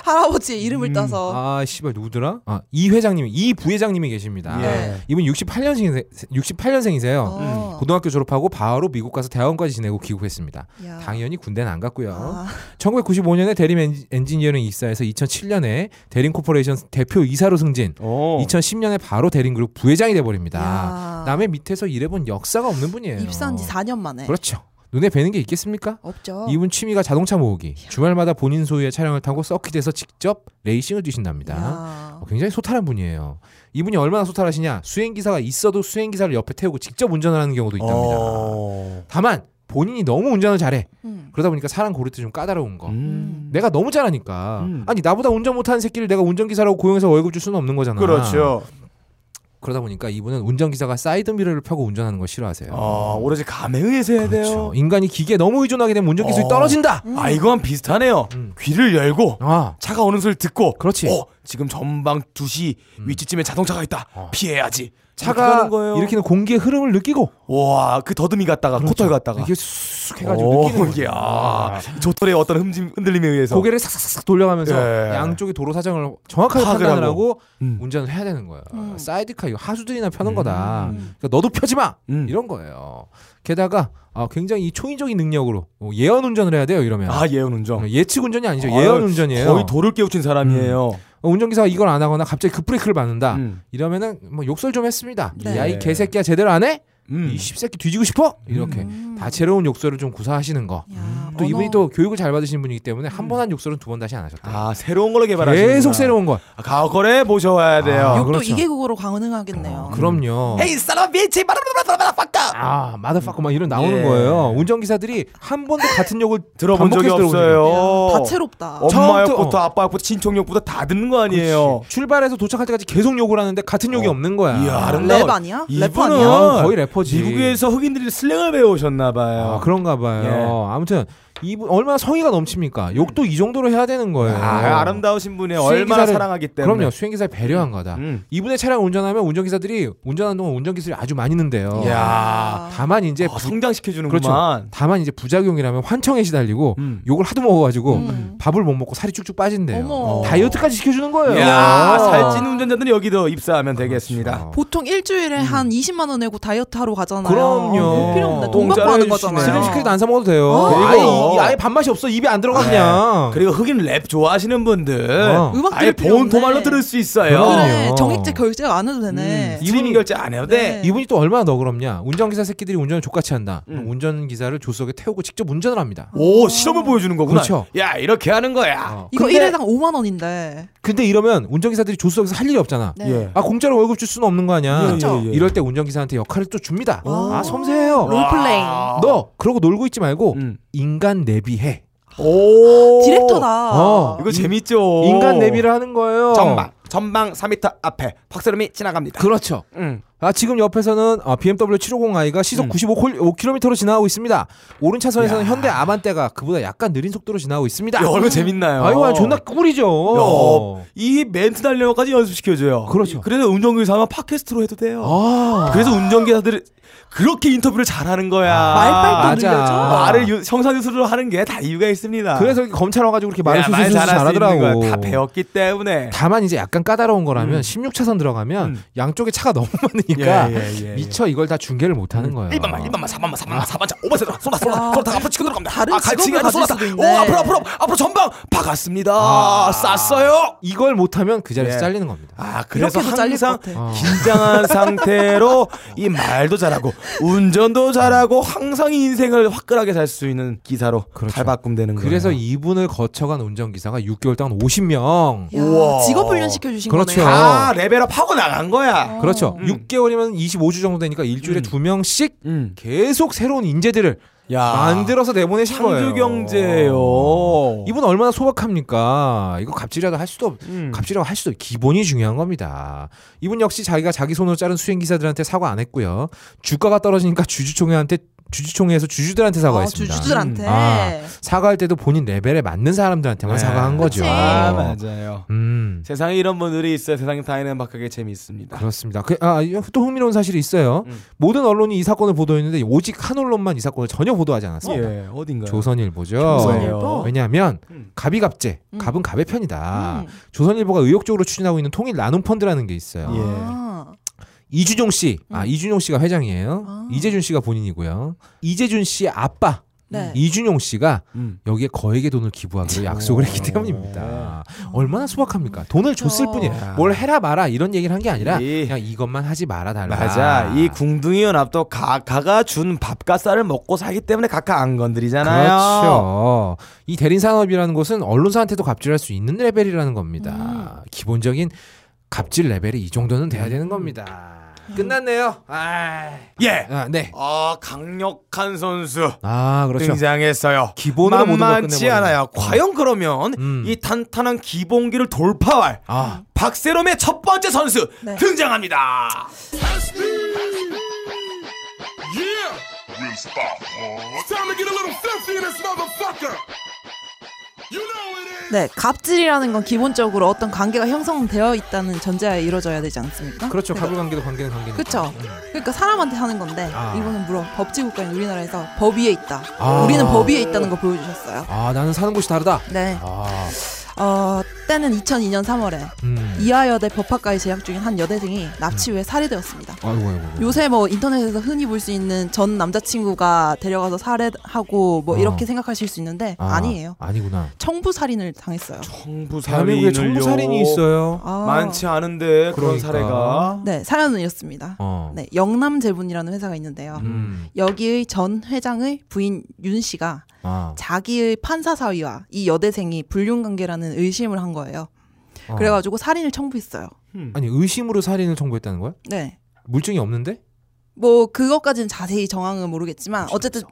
C: 할아버지의 이름을 따서
A: 아 씨발 누구더라? 아 이 회장님, 이 부회장님이 계십니다.
B: 예.
A: 이분 68년생 68년생이세요.
C: 어.
A: 고등학교 졸업하고 바로 미국 가서 대학원까지 지내고 귀국했습니다.
B: 아.
C: 야.
A: 당연히 군대는 안 갔고요.
C: 아.
A: 1995년에 대림 엔지- 엔지니어링 입사해서 2007년에 대림 코퍼레이션 대표 이사로 승진.
B: 어.
A: 2010년에 바로 대림 그룹 부회장이 돼버립니다.
C: 야.
A: 남의 밑에서 일해본 역사가 없는 분이에요.
C: 입사한 지 4년 어. 만에
A: 그렇죠. 눈에 뵈는 게 있겠습니까?
C: 없죠.
A: 이분 취미가 자동차 모으기. 주말마다 본인 소유의 차량을 타고 서킷에서 직접 레이싱을 뛰신답니다.
C: 야.
A: 어, 굉장히 소탈한 분이에요. 이분이 얼마나 소탈하시냐? 수행기사가 있어도 수행기사를 옆에 태우고 직접 운전을 하는 경우도 있답니다.
B: 어.
A: 다만 본인이 너무 운전을 잘해.
C: 음.
A: 그러다 보니까 사람 고를 때 좀 까다로운 거.
B: 음.
A: 내가 너무 잘하니까
B: 음.
A: 아니 나보다 운전 못하는 새끼를 내가 운전기사라고 고용해서 월급 줄 수는 없는 거잖아
B: 그렇죠.
A: 그러다 보니까 이분은 운전기사가 사이드 미러를 펴고 운전하는 걸 싫어하세요.
B: 아, 오로지 감에 의해서 해야 돼요.
A: 그렇죠. 인간이 기계에 너무 의존하게 되면 운전 기술이
B: 어.
A: 떨어진다.
B: 아, 이거랑 비슷하네요.
A: 음.
B: 귀를 열고
A: 아,
B: 차가 오는 소리를 듣고
A: 그렇지. 음.
B: 어, 지금 전방 2시 위치쯤에 자동차가 있다.
A: 어.
B: 피해야지. 이렇게
A: 차가
B: 하는 아, 거예요.
A: 일으키는 공기의 흐름을 느끼고
B: 와, 그 더듬이 갔다가 코털 갔다가
A: 그렇죠. 이게 쑥 해가지고
B: 오,
A: 느끼는 거예요. 아,
B: 이야. 조털의 어떤 흠집 흔들림에 의해서
A: 고개를 싹싹싹 돌려가면서
B: 예.
A: 양쪽의 도로 사정을 정확하게
B: 파악을
A: 판단을 하고
B: 음.
A: 운전을 해야 되는 거예요.
C: 음.
A: 사이드카 이거 하수들이나 펴는
B: 음.
A: 거다. 그러니까 너도 펴지 마
B: 음.
A: 이런 거예요. 게다가 아, 굉장히 이 초인적인 능력으로 어, 예언 운전을 해야 돼요 이러면
B: 아, 예언 운전.
A: 예측 운전이 아니죠
B: 아유,
A: 예언 운전이에요.
B: 거의 도를 깨우친 사람이에요.
A: 어, 운전기사가 이걸 안 하거나 갑자기 그 급브레이크를 밟는다.
B: 음.
A: 이러면은 뭐 욕설 좀 했습니다.
C: 네.
A: 야 이 개새끼야 제대로 안 해?
B: 음.
A: 이 십새끼 뒤지고 싶어? 이렇게
C: 음.
A: 네. 다채로운 욕설을 좀 구사하시는 거.
C: 야,
A: 또 이분이
C: 언어.
A: 또 교육을 잘 받으신 분이기 때문에 한 번 한 욕설은 두 번 다시 안 하셨다.
B: 음. 아, 새로운 걸로 개발하시는
A: 계속 새로운 걸.
B: 과거래 보셔야
A: 아,
B: 돼요.
C: 욕도
A: 그렇죠.
C: 이게 국어로 가능하겠네요.
A: 그럼요.
B: 음. 헤이 사람 비치 바라바라바라 바까
A: 아 마더파커 막 이런 나오는
B: 예.
A: 거예요. 운전기사들이 한 번도 같은 욕을
B: [LAUGHS] 들어본 적이
A: 반복해서 들어본
B: 없어요.
C: 야, 다채롭다.
A: 어,
B: 엄마
A: 처음부터-
B: 욕부터 아빠 욕부터 친척 욕부터 다 듣는 거 아니에요.
A: 그렇지. 출발해서 도착할 때까지 계속 욕을 하는데 같은 욕이
B: 어.
A: 없는 거야.
B: 이야, 아름다워.
C: 랩 아니야? 래퍼
B: 이분은
C: 아니야?
A: 아, 거의 래퍼지.
B: 미국에서 흑인들이 슬랭을 배우셨나
A: 아,
B: 봐요.
A: 그런가 봐요.
B: 예.
A: 아무튼 이분 얼마나 성의가 넘칩니까? 욕도 이 정도로 해야 되는 거예요.
B: 아, 아름다우신 분이
A: 수행기사를-
B: 얼마나 사랑하기 때문에.
A: 그럼요. 수행기사를 배려한 거다.
B: 음.
A: 이분의 차량 운전하면 운전기사들이 운전하는 동안 운전기술이 아주 많이 는데요.
B: 야.
C: 아.
A: 다만 이제 그렇죠.
B: 어,
A: 부-
B: 성장시켜주는구만.
A: 다만 이제 부작용이라면 환청에 시달리고
B: 음.
A: 욕을 하도 먹어가지고
C: 음.
A: 밥을 못 먹고 살이 쭉쭉 빠진대요.
C: 어머.
A: 다이어트까지 시켜주는 거예요.
B: 야, 살찐 운전자들은 여기도 입사하면 되겠습니다.
A: 그렇죠.
C: 보통 일주일에 한 20만 원 내고 다이어트 하러 가잖아요.
A: 그럼요.
C: 필요 없네. 돈
B: 공짜로
C: 받고 하는
B: 해주시네요.
C: 거잖아요.
A: 슬림시크릿 안 사 먹어도 돼요.
B: 어.
A: 아예,
B: 그리고-
A: 이- 아예 밥맛이 없어. 입에 안 들어가
B: 네.
A: 그냥.
B: 그리고 흑인 랩 좋아하시는 분들
A: 그렇죠. 어.
C: 음악
B: 아예
C: 들을 필요 없네.
B: 본토말로 들을 수 있어요.
C: 그래
A: 어.
C: 정액제 결제가 안 해도 되네.
A: 음.
B: 스트리밍
A: 이분이-
B: 결제 안 해도 돼.
C: 네.
A: 이분이 또 얼마나 너그럽냐. 운전기사 새끼들이 운전을 족같이 한다.
B: 음.
A: 운전기사를 조수석에 태우고 직접 운전을 합니다.
B: 오 실험을 보여주는 거구나.
A: 그렇죠.
B: 야 이렇게 하는 거야.
A: 어.
C: 이거
A: 근데-
C: 일회당 5만 원인데.
A: 근데 이러면 운전기사들이 조수석에서 할 일이 없잖아.
C: 네.
B: 예.
A: 아 공짜로 월급 줄 수는 없는 거 아니야.
B: 그렇죠. 예, 예, 예.
A: 이럴 때 운전기사한테 역할을 또 줍니다.
C: 오.
A: 아 섬세해요.
C: 롤플레잉.
B: 와.
A: 너 그러고 놀고 있지 말고
B: 아. 음.
A: 인간 내비해.
B: 오
C: 디렉터다.
A: 어.
B: 이거 재밌죠.
A: 인간 내비를 하는 거예요.
D: 어.
B: 전방 전방 4m 앞에 박세롬이 지나갑니다.
A: 그렇죠.
B: 음.
A: 아 지금 옆에서는 아, BMW 750i가 시속
B: 음.
A: 95km로 지나가고 있습니다. 오른 차선에서는
B: 야.
A: 현대 아반떼가 그보다 약간 느린 속도로 지나가고 있습니다.
B: 야, 얼마나 재밌나요?
A: 음. 아이고 존나 꿀이죠.
B: 야, 이 멘트 날려까지 연습시켜줘요.
A: 그렇죠.
B: 그래서 운전기사만 팟캐스트로 해도 돼요.
A: 아
B: 그래서 운전기사들이 그렇게 인터뷰를 잘하는 거야.
C: 말빨도
A: 맞아.
C: 늘려줘.
B: 말을 유, 성사유수로 하는 게 다 이유가 있습니다.
A: 그래서 이렇게 검찰 와가지고 이렇게
B: 그러니까 야,
A: 말을
B: 말
A: 수수수
B: 잘할 수 있는
A: 잘하더라고.
B: 거야. 다 배웠기 때문에.
A: 다만 이제 약간 까다로운 거라면
B: 음.
A: 16차선 들어가면
B: 음.
A: 양쪽에 차가 너무 [LAUGHS] 많으니까
B: 예, 예, 음. 예, 예.
A: 미처 이걸 다 중계를 못 하는 거예요.
B: 1번만, 1번만, 4번만, 4번만, 4번만, 5번 세다. 쏟아, 쏟아,
C: 와,
B: 쏟아, 다 앞으로 치고 들어갑니다.
C: 다른
B: 아, 같이
C: 직업을
B: 가다
C: 가질
B: 쏟아.
C: 수도
B: 오,
C: 있네.
B: 앞으로, 앞으로, 앞으로 전방 박았습니다.
A: 아.
B: 쌌어요.
A: 이걸 못 하면 그 자리에서
B: 예.
A: 잘리는 겁니다.
B: 아, 그래서
C: 이렇게도 잘릴
B: 항상
C: 것 같아.
A: 어.
B: [LAUGHS] 긴장한 상태로 이 말도 잘하고 운전도 잘하고 항상 이 인생을 화끈하게 살 수 있는 기사로
A: 그렇죠.
B: 탈바꿈 되는 거예요.
A: 그래서 이분을 거쳐간 운전기사가 6개월 동안 50명.
C: 야,
B: 우와.
C: 직업 훈련 시켜주신
A: 그렇죠.
C: 거네요.
B: 다 아, 레벨업 하고 나간 거야.
A: 그렇죠.
B: 음.
A: 6개월이면 25주 정도 되니까 일주일에
B: 음.
A: 두 명씩
B: 음.
A: 계속 새로운 인재들을
B: 야.
A: 만들어서 내보내신 거예요.
B: 아. 창조 경제예요.
A: 이분 얼마나 소박합니까? 이거 갑질이라도 할 수도 없.
B: 음.
A: 갑질이라고 할 수도 없- 기본이 중요한 겁니다. 이분 역시 자기가 자기 손으로 자른 수행 기사들한테 사과 안 했고요. 주가가 떨어지니까 주주총회한테 주주총회에서 주주들한테
C: 아,
A: 사과했습니다.
C: 주주들한테.
A: 아, 사과할 때도 본인 레벨에 맞는 사람들한테만
B: 네.
A: 사과한 거죠.
C: 그치.
B: 아, 맞아요.
A: 음.
B: 세상에 이런 분들이 있어요. 세상에 다이나박하게 재미있습니다.
A: 그렇습니다. 그, 아, 이거 또 흥미로운 사실이 있어요.
B: 음.
A: 모든 언론이 이 사건을 보도했는데 오직 한 언론만 이 사건을 전혀 보도하지 않았습니다.
B: 예, 어딘가요? 예.
A: 조선일보죠.
B: 조선일보?
A: 왜냐하면
B: 음.
A: 가비갑제,
C: 음.
A: 갑은 갑의 편이다.
C: 음.
A: 조선일보가 의욕적으로 추진하고 있는 통일 나눔 펀드라는 게 있어요.
B: 예.
A: 네.
C: 아,
A: 이주종 씨, 아
C: 음.
A: 이준용 씨가 회장이에요.
C: 아.
A: 이재준 씨가 본인이고요. 이재준 씨의 아빠
C: 네.
A: 이준용 씨가
B: 음.
A: 여기에 거액의 돈을 기부하기로 약속을 했기 때문입니다. 얼마나 소박합니까? 돈을 줬을
C: 음. 그렇죠.
A: 뿐이에요. 뭘 해라 마라 이런 얘기를 한 게 아니라
B: 예.
A: 그냥 이것만 하지 말아 달라.
B: 맞아. 이 궁둥이 연합도 가카가 준 밥값살을 먹고 살기 때문에 가카 안 건드리잖아요.
A: 그렇죠. 이 대린 산업이라는 것은 언론사한테도 갑질할 수 있는
C: 음.
A: 레벨이라는 겁니다. 기본적인 갑질 레벨이 이 정도는 돼야 되는 겁니다.
C: 음.
A: 끝났네요. 아,
B: 예.
A: 아 네.
B: 아 강력한 선수
A: 아 그렇죠.
B: 등장했어요.
A: 기본으로 모든 걸
B: 만만치
A: 끝내버리네.
B: 않아요. 과연 그러면
A: 음.
B: 이 탄탄한 기본기를 돌파할
A: 아
B: 박세롬의 첫 번째 선수
C: 네.
B: 등장합니다.
C: 네, 갑질이라는 건 기본적으로 어떤 관계가 형성되어 있다는 전제하에 이루어져야 되지 않습니까?
A: 그렇죠.
C: 네.
A: 가불 관계도 관계는 관계니까. 음.
C: 그쵸. 그러니까 사람한테 하는 건데
A: 아.
C: 이거는 물론 법치국가인 우리나라에서 법 위에 있다.
A: 아.
C: 우리는 법 위에 있다는 걸 보여주셨어요.
A: 아 나는 사는 곳이 다르다.
C: 네,
A: 아,
C: 어, 때는 2002년 3월에
A: 음.
C: 이화여대 법학과에 재학 중인 한 여대생이 납치 후에 살해되었습니다.
A: 아이고 아이고.
C: 요새 뭐 인터넷에서 흔히 볼 수 있는 전 남자친구가 데려가서 살해하고 뭐
A: 어.
C: 이렇게 생각하실 수 있는데 아. 니에요
A: 아니구나.
C: 청부 살인을 당했어요.
B: 청부
A: 대한민국에 정부 살인이 있어요.
C: 아.
B: 많지 않은데 그런
A: 그러니까.
B: 사례가
C: 네, 사연은 이렇습니다.
A: 어.
C: 네, 영남제분이라는 회사가 있는데요.
A: 음.
C: 여기의 전 회장의 부인 윤 씨가
A: 아.
C: 자기의 판사 사위와 이 여대생이 불륜 관계라는 의심을 한 거예요.
A: 어.
C: 그래가지고 살인을 청구했어요.
A: 아니 의심으로 살인을 청구했다는 거야?
C: 네.
A: 물증이 없는데?
C: 뭐 그것까지는 자세히 정황은 모르겠지만 어쨌든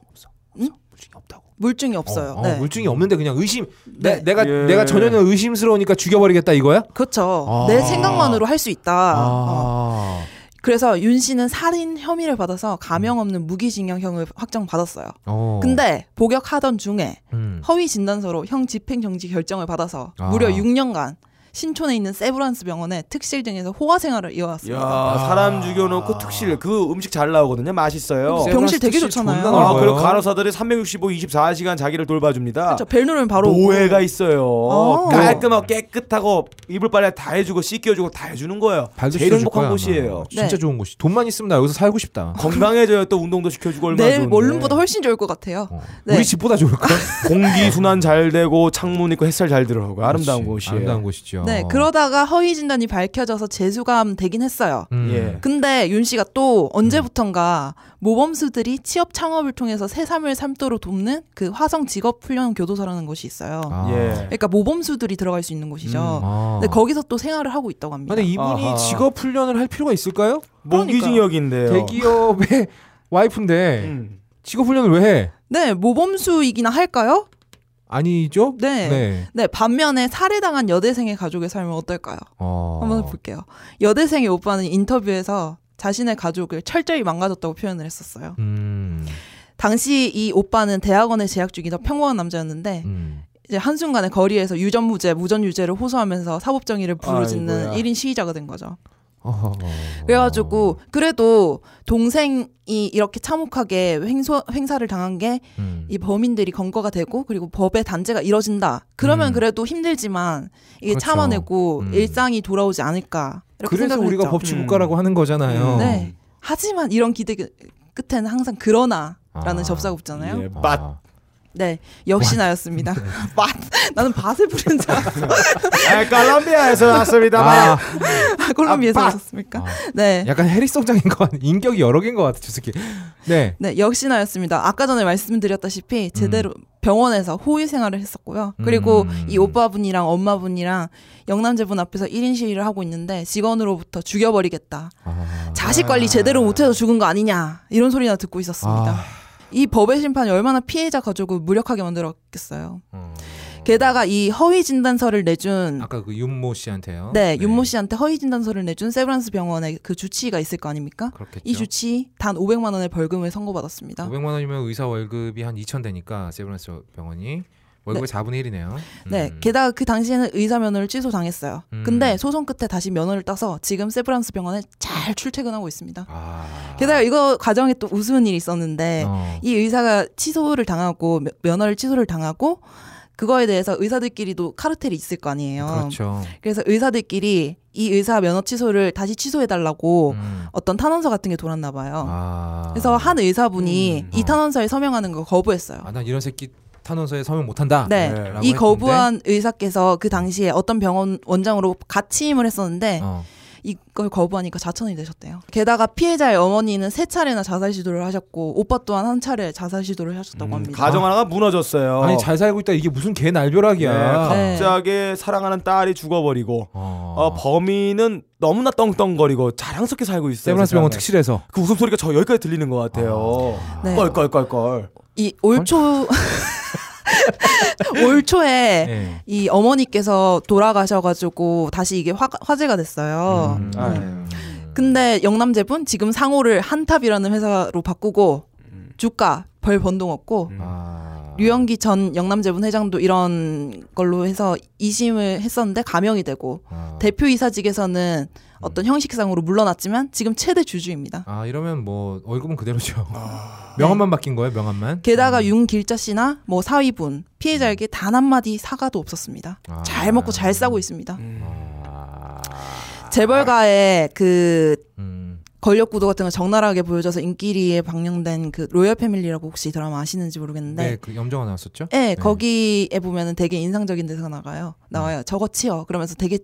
C: 응?
A: 물증이 없다고.
C: 물증이 없어요.
A: 어, 어,
C: 네.
A: 물증이 없는데 그냥 의심. 내,
C: 네.
A: 내가
B: 예.
A: 내가 전혀는 의심스러우니까 죽여버리겠다 이거야?
C: 그렇죠.
A: 아.
C: 내 생각만으로 할 수 있다. 어.
A: 아.
C: 그래서 윤 씨는 살인 혐의를 받아서 가명 없는 무기징역형을 확정받았어요.
A: 어.
C: 근데 복역하던 중에
A: 음.
C: 허위 진단서로 형 집행정지 결정을 받아서
A: 아.
C: 무려 6년간 신촌에 있는 세브란스 병원에 특실 등에서 호화 생활을
B: 야
C: 이어왔습니다.
A: 아.
B: 사람 죽여놓고 특실 그 음식 잘 나오거든요. 맛있어요.
C: 병- 병실 되게
A: 세브란스
C: 좋잖아요.
A: 존나
B: 아
A: 음, 넓어요.
B: 그리고 간호사들이 365 24시간 자기를 돌봐줍니다.
C: 그렇죠. 벨누르는 바로
B: 노예가 있어요.
C: 어.
B: 깔끔하고 깨끗하고 이불 빨래 다 해주고 씻겨주고 다 해주는 거예요.
A: 발도
B: 제일
A: 씻어줄
B: 행복한
A: 거야, 아마.
B: 곳이에요.
A: 진짜
C: 네.
A: 좋은 곳이. 돈만 있으면 나 여기서 살고 싶다.
B: 건강해져요. 또 운동도 시켜주고 얼마나
C: 내일
B: 좋은데.
C: [LAUGHS] 원룸보다 훨씬 좋을 것 같아요.
A: 어.
C: 네.
A: 우리 집보다 좋을 걸.
B: 공기 순환 잘 되고 창문 있고 햇살 잘 들어오고 아름다운
A: 그렇지.
B: 곳이에요.
A: 아름다운
B: 어.
A: 곳이죠.
C: 네, 그러다가 허위 진단이 밝혀져서 재수감 되긴 했어요.
A: 음.
B: 예.
C: 근데 윤 씨가 또 언제부턴가 모범수들이 취업 창업을 통해서 새삼을 삼도록 돕는 그 화성 직업 훈련 교도소라는 곳이 있어요.
A: 아.
B: 예.
C: 그러니까 모범수들이 들어갈 수 있는 곳이죠.
A: 아.
C: 근데 거기서 또 생활을 하고 있다고 합니다.
A: 근데 이분이
B: 음. 아하.
A: 직업 훈련을 할 필요가 있을까요?
B: 모기징역인데요.
A: 대기업의 [LAUGHS] 와이프인데
B: 음.
A: 직업 훈련을 왜 해?
C: 네, 모범수이기나 할까요?
A: 아니죠?
C: 네.
A: 네.
C: 네, 반면에 살해당한 여대생의 가족의 삶은 어떨까요?
A: 어.
C: 한번 볼게요. 여대생의 오빠는 인터뷰에서 자신의 가족을 철저히 망가졌다고 표현을 했었어요.
A: 음.
C: 당시 이 오빠는 대학원에 재학 중이던 평범한 남자였는데
A: 음.
C: 이제 한순간에 거리에서 유전무죄, 무전유죄를 호소하면서 사법정의를 부르짖는
B: 아이고야.
C: 일인 시위자가 된 거죠.
A: 어허.
C: 그래가지고 그래도 동생이 이렇게 참혹하게 횡소, 행사를 당한 게
A: 음.
C: 이 범인들이 검거가 되고 그리고 법의 단죄가 이뤄진다. 그러면
A: 음.
C: 그래도 힘들지만 이게
A: 그렇죠.
C: 참아내고
A: 음.
C: 일상이 돌아오지 않을까. 이렇게
A: 그래서
C: 생각을
A: 우리가
C: 했죠.
A: 법치국가라고 하는 거잖아요.
B: 음.
C: 네. 하지만 이런 기대 끝에는 항상 그러나라는
A: 아.
C: 접사가 붙잖아요.
B: 예,
A: 아.
B: but
C: 네,
A: [LAUGHS]
C: 역시나였습니다. 맛 나는 밭을 부른 줄 알았어.
B: 아, 콜롬비아에서 왔습니다만
A: 아,
C: 콜롬비아에서
B: 아, 밭.
C: 오셨습니까? 네.
A: 약간 해리성장인 것 같- 인격이 여러 개인 것 같아, 저 새끼. 네.
C: 네, 역시나였습니다. 아까 전에 말씀드렸다시피 제대로 병원에서 호위 생활을 했었고요. 그리고
A: 음.
C: 이 오빠분이랑 엄마분이랑 영남제분 앞에서 1인 시위를 하고 있는데 직원으로부터 죽여버리겠다.
A: 아.
C: 자식 관리 제대로 못해서 죽은 거 아니냐. 이런 소리나 듣고 있었습니다.
A: 아.
C: 이 법의 심판이 얼마나 피해자 가족을 무력하게 만들었겠어요.
A: 음.
C: 게다가 이 허위 진단서를 내준
A: 아까 그 윤모 씨한테요.
C: 네, 윤모 씨한테 허위 진단서를 내준 세브란스 병원의 그 주치의가 있을 거 아닙니까?
A: 그렇겠죠.
C: 이 주치의 단 500만 원의 벌금을 선고받았습니다.
A: 500만 원이면 의사 월급이 한 2천 되니까 세브란스 병원이 월급의 4분의 1이네요.
C: 네, 게다가 그 당시에는 의사 면허를 취소당했어요.
A: 음.
C: 근데 소송 끝에 다시 면허를 따서 지금 세브란스 병원에 잘 출퇴근하고 있습니다.
A: 아.
C: 게다가 이거 과정에 또 우스운 일이 있었는데
A: 어.
C: 이 의사가 취소를 당하고 면- 면허를 취소를 당하고 그거에 대해서 의사들끼리도 카르텔이 있을 거 아니에요.
A: 그렇죠.
C: 래서 의사들끼리 이 의사 면허 취소를 다시 취소해 달라고
A: 음.
C: 어떤 탄원서 같은 게 돌았나 봐요.
A: 아.
C: 뭐, 어. 그래서 한 의사분이
B: 음.
C: 이 탄원서에 서명하는 걸 거부했어요.
A: 아, 난 이런 새끼 탄원서에 서명 못한다.
C: 네.
B: 네.
A: 라고
C: 이
A: 했는데?
C: 거부한 의사께서 그 당시에 어떤 병원 원장으로 같이 임을 했었는데
A: 어.
C: 이걸 거부하니까 4천 원이 되셨대요. 게다가 피해자의 어머니는 세 차례나 자살 시도를 하셨고 오빠 또한 한 차례 자살 시도를 하셨다고
A: 음,
C: 합니다.
B: 가정 하나가 무너졌어요.
A: 아니 잘 살고 있다 이게 무슨 개
B: 네,
A: 날벼락이야.
C: 네.
B: 갑자기 사랑하는 딸이 죽어버리고
A: 어.
B: 어, 범인은 너무나 떵떵거리고 자랑스럽게 살고 있어요.
A: 세브란스 병원
B: 세상에.
A: 특실에서
B: 그 웃음소리가 저 여기까지 들리는 것 같아요.
C: 네.
B: 껄껄껄껄.
C: 이 올 초 [LAUGHS] 올 초에
A: 네.
C: 이 어머니께서 돌아가셔가지고 다시 이게 화, 화제가 됐어요.
A: 음.
B: 아유.
C: 근데 영남제분 지금 상호를 한탑이라는 회사로 바꾸고
A: 음.
C: 주가 벌 번동 없고
A: 아.
C: 류영기 전 영남제분 회장도 이런 걸로 해서 이심을 했었는데 가명이 되고
A: 아. 음.
C: 대표 이사직에서는 어떤 형식상으로 물러났지만 지금 최대 주주입니다.
A: 아 이러면 뭐 월급은 그대로죠.
B: 아.
A: 명함만 바뀐 거예요, 명함만.
C: 게다가 윤길자 씨나 뭐 사위분 피해자에게 단 한 마디 사과도 없었습니다.
A: 음. 아. 음.
C: 잘 먹고 잘 싸고 있습니다.
A: 아.
C: 재벌가의 그
A: 음.
C: 권력 구도 같은 걸 적나라하게 보여줘서 인기리에 방영된 그 로열 패밀리라고 혹시 드라마 아시는지 모르겠는데
A: 네, 그 염정아 나왔었죠?
C: 예, 거기에 보면은 되게 인상적인 대사가 나가요. 나와요. 저거 치어. 그러면서 되게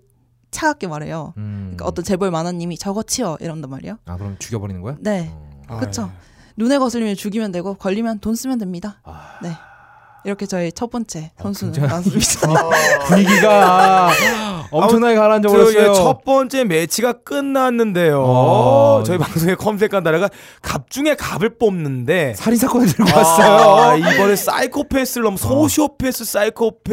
C: 차갑게 말해요.
A: 음.
C: 그러니까 어떤 재벌 만화님이 저거 치어 이런단 말이에요.
A: 아 그럼 죽여버리는 거야?
C: 네,
A: 어.
C: 그쵸. 눈에 거슬리면 죽이면 되고 걸리면 돈 쓰면 됩니다.
A: 아.
C: 네, 이렇게 저희 첫 번째 선수는
A: 굉장히-
C: 나왔습니다.
B: [LAUGHS]
A: 분위기가 엄청나게 가라앉아 버렸어요.
B: 네. 저의 예, 첫 번째 매치가 끝났는데요.
A: 어.
B: 저희 방송에 검색한 나라가 갑 중에 갑을 뽑는데
A: 살인 사건을 들고
B: 아,
A: 왔어요. 아.
B: 이번에 사이코패스를 넘 소시오패스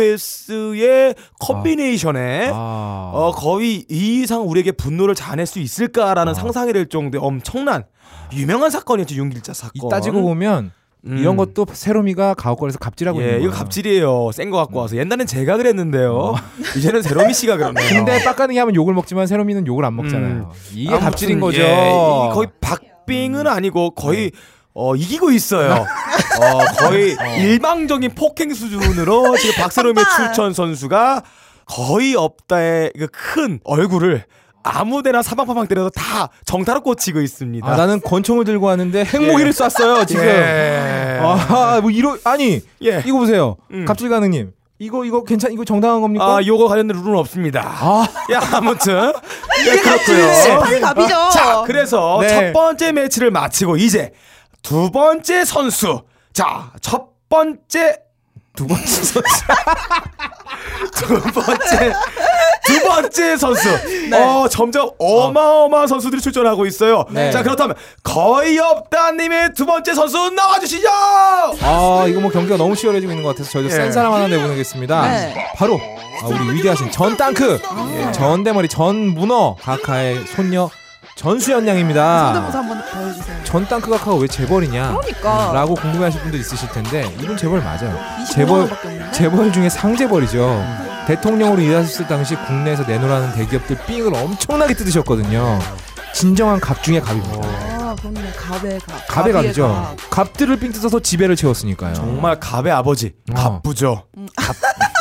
B: 사이코패스의 컨비네이션에
A: 아.
B: 어, 거의 이 이상 우리에게 분노를 자아낼 수 있을까라는 상상이 될 정도의 엄청난 유명한 사건이었죠 윤길자
A: 이
B: 사건.
A: 따지고 보면
B: 음.
A: 이런 것도 세롬이가 가옥걸에서 갑질하고
B: 예,
A: 있는
B: 이거
A: 거예요.
B: 갑질이에요. 센 거
A: 음.
B: 갖고 와서 옛날엔 제가 그랬는데요. 이제는 세로미 씨가 그러네요.
A: 아. 근데 빡가능이 하면 욕을 먹지만 세롬이는 욕을 안 먹잖아요. 이게
B: 어. 음. 아무튼,
A: 갑질인 거죠.
B: 예, 이 거의 박빙은 아니고 거의 어, 이기고 있어요. 어, 거의 일방적인 폭행 수준으로 지금 박세롬의 출전 선수가 거의 없다의 그 큰 얼굴을 아무데나 사방파방 때려서 다 정타로 꽂히고 있습니다.
A: 아, 나는 권총을 들고 왔는데 핵무기를 쐈어요 지금.
D: 네.
B: 예.
A: 아, 뭐 이러 아니
B: 예.
A: 이거 보세요.
B: 음.
A: 갑질 가능님. 이거 이거 괜찮 이거 정당한 겁니까?
B: 아, 요거 관련된 룰은 없습니다.
A: 아.
B: 야, 아무튼. 예,
C: [LAUGHS] 네,
B: 그렇고요.
C: 팔이 갑이죠.
B: [LAUGHS] 자, 그래서
A: 네.
B: 첫 번째 매치를 마치고 이제 두 번째 선수. 자, 첫 번째 두 번째 선수. [LAUGHS] 두 번째 두 번째 선수.
C: 네.
B: 어, 점점 어마어마한 선수들이 출전하고 있어요.
A: 네.
B: 자, 그렇다면 거의 없다 님의 두 번째 선수 나와 주시죠.
A: 아 이거 뭐 경기가 너무 치열해지고 있는 것 같아서 저희도
B: 예.
A: 센 사람 하나 내보내겠습니다.
C: 네. 예.
A: 바로 아, 우리 위대하신 전 땅크, 전 대머리, 전 문어, 가카의 손녀 전수연
C: 성대모사
A: 양입니다.
C: 아. 그 한번 보여주세요.
A: 전 땅크 가카가 왜 재벌이냐?
C: 그러니까.
A: 라고 궁금해하실 분들 있으실 텐데 이분 재벌 맞아요.
C: 25만
A: 재벌
C: 원밖에 음. 없는데?
A: 재벌 중에 상재벌이죠. 대통령으로 일하셨을 당시 국내에서 내놓으라는 대기업들 삥을 엄청나게 뜯으셨거든요. 진정한 갑 중의 갑입니다.
C: 아, 그렇네. 갑의 갑.
A: 갑의 갑이죠.
C: 갑.
A: 갑들을 삥 뜯어서 지배를 채웠으니까요.
B: 정말 갑의 아버지.
A: 어.
B: 갑부죠.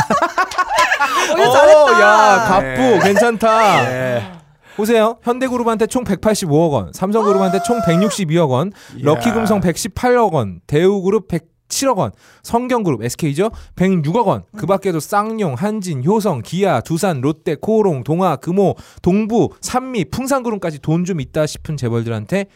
C: 어, 이거 잘했다.
A: 야, 갑부 괜찮다.
B: 네.
A: 보세요. 현대그룹한테 총 185억 원, 삼성그룹한테 총 162억 원, 럭키금성 118억 원, 대우그룹 107억 원, 성경그룹 SK죠 106억 원. 그 밖에도 쌍용, 한진, 효성, 기아, 두산, 롯데, 코오롱, 동아, 금호, 동부, 산미, 풍산그룹까지 돈 좀 있다 싶은 재벌들한테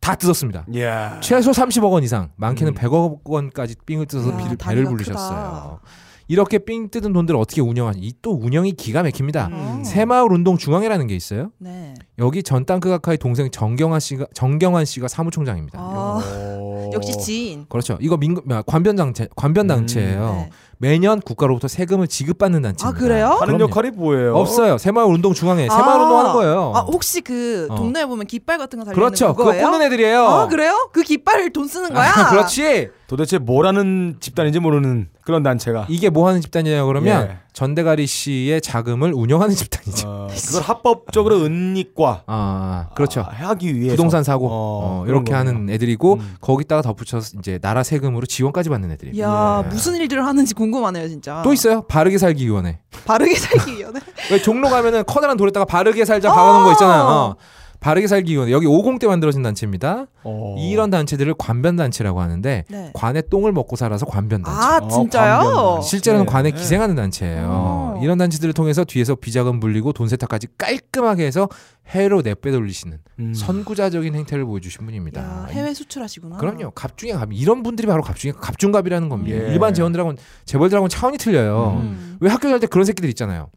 A: 다 뜯었습니다.
B: 야.
A: 최소 30억 원 이상,
B: 음.
A: 많게는 100억 원까지 삥을 뜯어서
C: 야,
A: 비를-
C: 다리가
A: 배를
C: 크다.
A: 부르셨어요. 이렇게 삥 뜯은 돈들을 어떻게 운영하니? 이 또 운영이 기가 막힙니다.
C: 음.
B: 음.
A: 새마을 운동 중앙회라는 게 있어요.
C: 네.
A: 여기 전 땅크 각하의 동생 정경환 씨가 정경환 씨가 사무총장입니다.
C: 아,
B: 오.
C: 역시 지인.
A: 그렇죠. 이거 민간 아, 관변단체
B: 음.
A: 관변단체예요.
C: 네.
A: 매년 국가로부터 세금을 지급받는 단체입니다.
C: 아, 그래요?
B: 하는
A: 그럼요.
B: 역할이 뭐예요?
A: 없어요. 새마을 운동 중앙회 네, 새마을
C: 아.
A: 운동하는 거예요.
C: 아, 혹시 그
A: 어.
C: 동네에 보면 깃발 같은 거 달려
A: 그렇죠.
C: 있는
A: 그거
C: 거예요?
A: 뽑는 애들이에요. [LAUGHS]
C: 아, 그래요? 그 깃발을 돈 쓰는 거야?
A: 아, 그렇지.
B: 도대체 뭐라는 집단인지 모르는 그런 단체가
A: 이게 뭐 하는 집단이냐 그러면
B: 예.
A: 전대가리 씨의 자금을 운영하는 집단이죠. [LAUGHS]
B: 어, 그걸 합법적으로 은닉과
A: 아, 그렇죠.
B: 아, 하기 위해서
A: 부동산 사고 어,
B: 그런
A: 이렇게
B: 거구나.
A: 하는 애들이고
B: 음.
A: 거기다가 덧붙여서 이제 나라 세금으로 지원까지 받는 애들이에요.
C: 야, 무슨 일들을 하는지 궁금하네요, 진짜.
A: 예. 또 있어요. 바르게 살기 위원회. [LAUGHS]
C: 바르게 살기 위해.
A: 왜 종로 가면은 커다란 돌에다가 바르게 살자 박아놓은 거 있잖아요. 어. 바르게 살기 위원 여기 50대 만들어진 단체입니다.
B: 어.
A: 이런 단체들을 관변 단체라고 하는데
C: 네.
A: 관에 똥을 먹고 살아서 관변 단체.
C: 아 진짜요?
B: 관변.
A: 실제로는
B: 네.
A: 관에
B: 네.
A: 기생하는 단체예요.
C: 어.
A: 이런 단체들을 통해서 뒤에서 비자금 불리고 돈 세탁까지 깔끔하게 해서 해외로 내빼돌리시는
B: 음.
A: 선구자적인 행태를 보여주신 분입니다.
C: 야, 해외 수출하시구나.
A: 그럼요. 갑중에 갑 이런 분들이 바로 갑중에 갑중갑이라는 겁니다.
B: 예.
A: 일반 재원들하고는 재벌들하고는 차원이 틀려요.
C: 음.
A: 왜 학교 갈 때 그런 새끼들 있잖아요.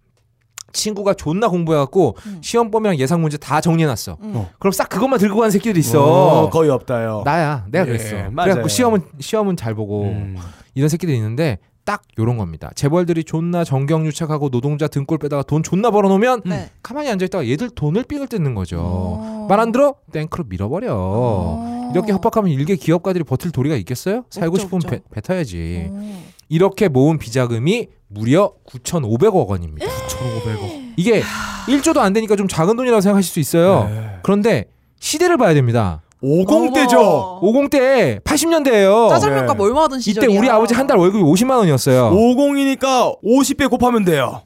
A: 친구가 존나 공부해갖고
C: 음.
A: 시험범위랑 예상 문제 다 정리해놨어.
C: 음.
B: 어.
A: 그럼 싹 그것만 들고 간 새끼들이
B: 어,
A: 있어.
B: 거의 없다요.
A: 나야, 내가
B: 예,
A: 그랬어.
B: 맞아요.
A: 그래갖고 시험은 시험은 잘 보고
B: 음.
A: 이런 새끼들이 있는데 딱 요런 겁니다. 재벌들이 존나 정경유착하고 노동자 등골 빼다가 돈 존나 벌어놓으면
C: 네.
A: 가만히 앉아있다가 얘들 돈을 삥을 뜯는 거죠.
C: 어.
A: 말 안 들어? 땡크로 밀어버려.
C: 어.
A: 이렇게 협박하면 일개 기업가들이 버틸 도리가 있겠어요? 살고
C: 없죠,
A: 싶으면
C: 없죠.
A: 배- 뱉어야지.
C: 어.
A: 이렇게 모은 비자금이 무려 9,500억
C: 예.
A: 원입니다.
B: 1,500원.
A: 이게 1조도 안 되니까 좀 작은 돈이라고 생각하실 수 있어요.
B: 네.
A: 그런데 시대를 봐야 됩니다.
B: 50대죠.
C: 어머.
A: 50대 80년대예요.
C: 짜장면값
B: 네.
C: 얼마 하던
A: 이때
C: 시절이야.
A: 우리 아버지 한 달 월급이 50만 원이었어요.
B: 50이니까 50배 곱하면 돼요.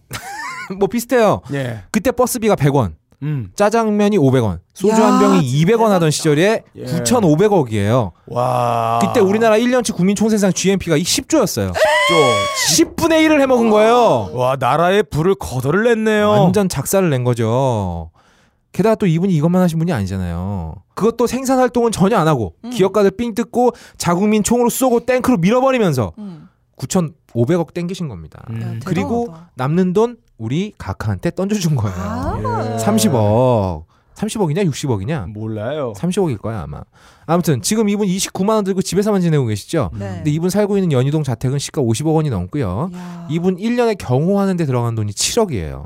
A: 뭐 비슷해요.
B: 예.
A: 그때 버스비가 100원,
B: 음.
A: 짜장면이 500원, 소주
C: 야,
A: 한 병이
C: 진짜
A: 200원 하던
C: 대박이다.
A: 시절에
B: 예. 아.
A: 9,500억이에요.
B: 와.
A: 그때 우리나라 1년치 국민 총생산 GNP가 10조였어요.
B: 죠.
A: 10분의 1을 해먹은 거예요.
B: 와, 나라에 불을 거덜을 냈네요.
A: 완전 작사를 낸 거죠. 게다가 또 이분이 이것만 하신 분이 아니잖아요. 그것도 생산 활동은 전혀 안 하고
C: 음.
A: 기업가들 삥 뜯고 자국민 총으로 쏘고 탱크로 밀어버리면서
C: 음.
A: 9,500억 땡기신 겁니다.
B: 음.
C: 야,
A: 그리고
C: 대단하다.
A: 남는 돈 우리 각하한테 던져준 거예요.
C: 아.
B: 예.
A: 30억. 30억이냐 60억이냐?
B: 몰라요.
A: 30억일 거야 아마. 아무튼 지금 이분 29만 원 들고 집에서만 지내고 계시죠.
C: 네.
A: 근데 이분 살고 있는 연희동 자택은 시가 50억 원이 넘고요.
C: 야.
A: 이분 1년에 경호하는 데 들어간 돈이 7억이에요.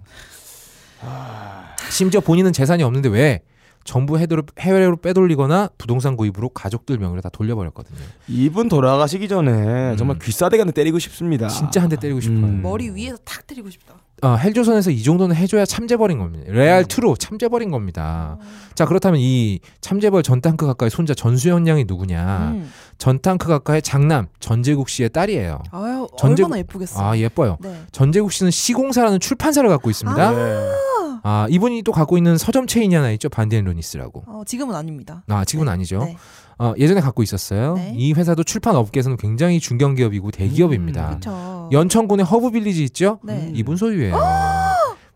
A: 심지어 본인은 재산이 없는데 왜 전부 해도로- 해외로 빼돌리거나 부동산 구입으로 가족들 명의로 다 돌려버렸거든요.
B: 이분 돌아가시기 전에 정말
A: 음.
B: 귀싸대가는 때리고 싶습니다.
A: 진짜 한 대 때리고 싶어요.
B: 음.
C: 머리 위에서 탁 때리고 싶다.
A: 어, 헬조선에서 이 정도는 해줘야 참재벌인 겁니다. 레알 투로 참재벌인 겁니다.
C: 음.
A: 자 그렇다면 이 참재벌 전tan크 가까이 손자 전수현 양이 누구냐?
C: 음.
A: 전tan크 가까이 장남 전재국 씨의 딸이에요.
C: 아유
A: 전제-
C: 얼마나 예쁘겠어.
A: 아 예뻐요.
C: 네.
A: 전재국 씨는 시공사라는 출판사를 갖고 있습니다. 아,
B: 네.
A: 이분이 또 갖고 있는 서점 체인이 하나 있죠 반디앤 로니스라고.
C: 어, 지금은 아닙니다.
A: 아 지금은 아니죠.
C: 네.
A: 어, 예전에 갖고 있었어요.
C: 네.
A: 이 회사도 출판 업계에서는 굉장히 중견 기업이고 대기업입니다.
C: 그렇죠.
A: 연천군의 허브 빌리지 있죠?
C: 네.
A: 이분
C: [GASPS]
A: 소유예요.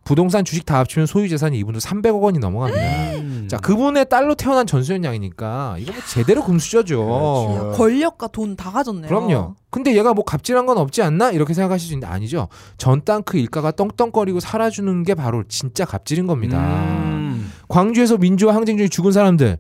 A: 부동산 주식 다 합치면 소유 재산이 이분도 300억 원이
C: [GASPS]
A: 넘어갑니다.
B: 음.
A: 자, 그분의 딸로 태어난 전수현 양이니까 이거 뭐 제대로 금수저죠.
B: 그렇죠.
C: 어. 권력과 돈 다 가졌네요.
A: 어. 그럼요. 근데 얘가 뭐 갑질한 건 없지 않나? 이렇게 생각하실 수 있는데 아니죠. 전 땅크 일가가 떵떵거리고 살아주는 게 바로 진짜 갑질인 겁니다.
B: 음.
A: 광주에서 민주화 항쟁 중에 죽은 사람들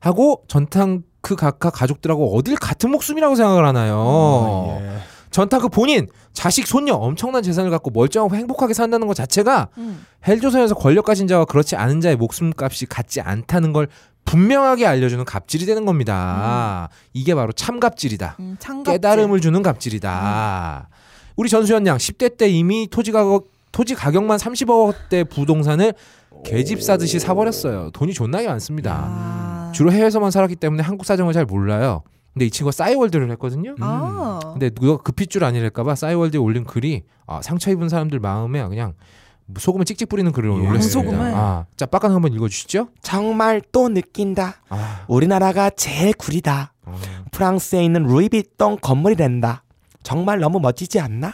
A: 하고 전탕크 각하 가족들하고 어딜 같은 목숨이라고 생각을 하나요?
B: 예.
A: 전탕크 본인 자식 손녀 엄청난 재산을 갖고 멀쩡하고 행복하게 산다는 것 자체가
C: 음.
A: 헬조선에서 권력 가진 자와 그렇지 않은 자의 목숨값이 같지 않다는 걸 분명하게 알려주는 갑질이 되는 겁니다.
B: 음.
A: 이게 바로 참갑질이다.
C: 음, 창갑
A: 깨달음을 주는
C: 음.
A: 갑질이다. 우리 전수현 양 10대 때 이미 토지 가격 토지 가격만 30억대 부동산을 개집 사듯이 사버렸어요. 돈이 존나게 많습니다.
C: 아.
A: 주로 해외에서만 살았기 때문에 한국 사정을 잘 몰라요. 근데 이 친구가 싸이월드를 했거든요.
C: 아.
A: 근데 누가 급핏줄 아니랄까봐 싸이월드에 올린 글이 아, 상처 입은 사람들 마음에 그냥 소금을 찍찍 뿌리는 글을
B: 예.
A: 올렸습니다.
C: 소금을?
A: 아, 자, 빡간 한번 읽어주시죠.
E: 정말 또 느낀다.
A: 아,
E: 우리나라가 제일 구리다.
A: 아.
E: 프랑스에 있는 루이비통 건물이란다. 정말 너무 멋지지 않나?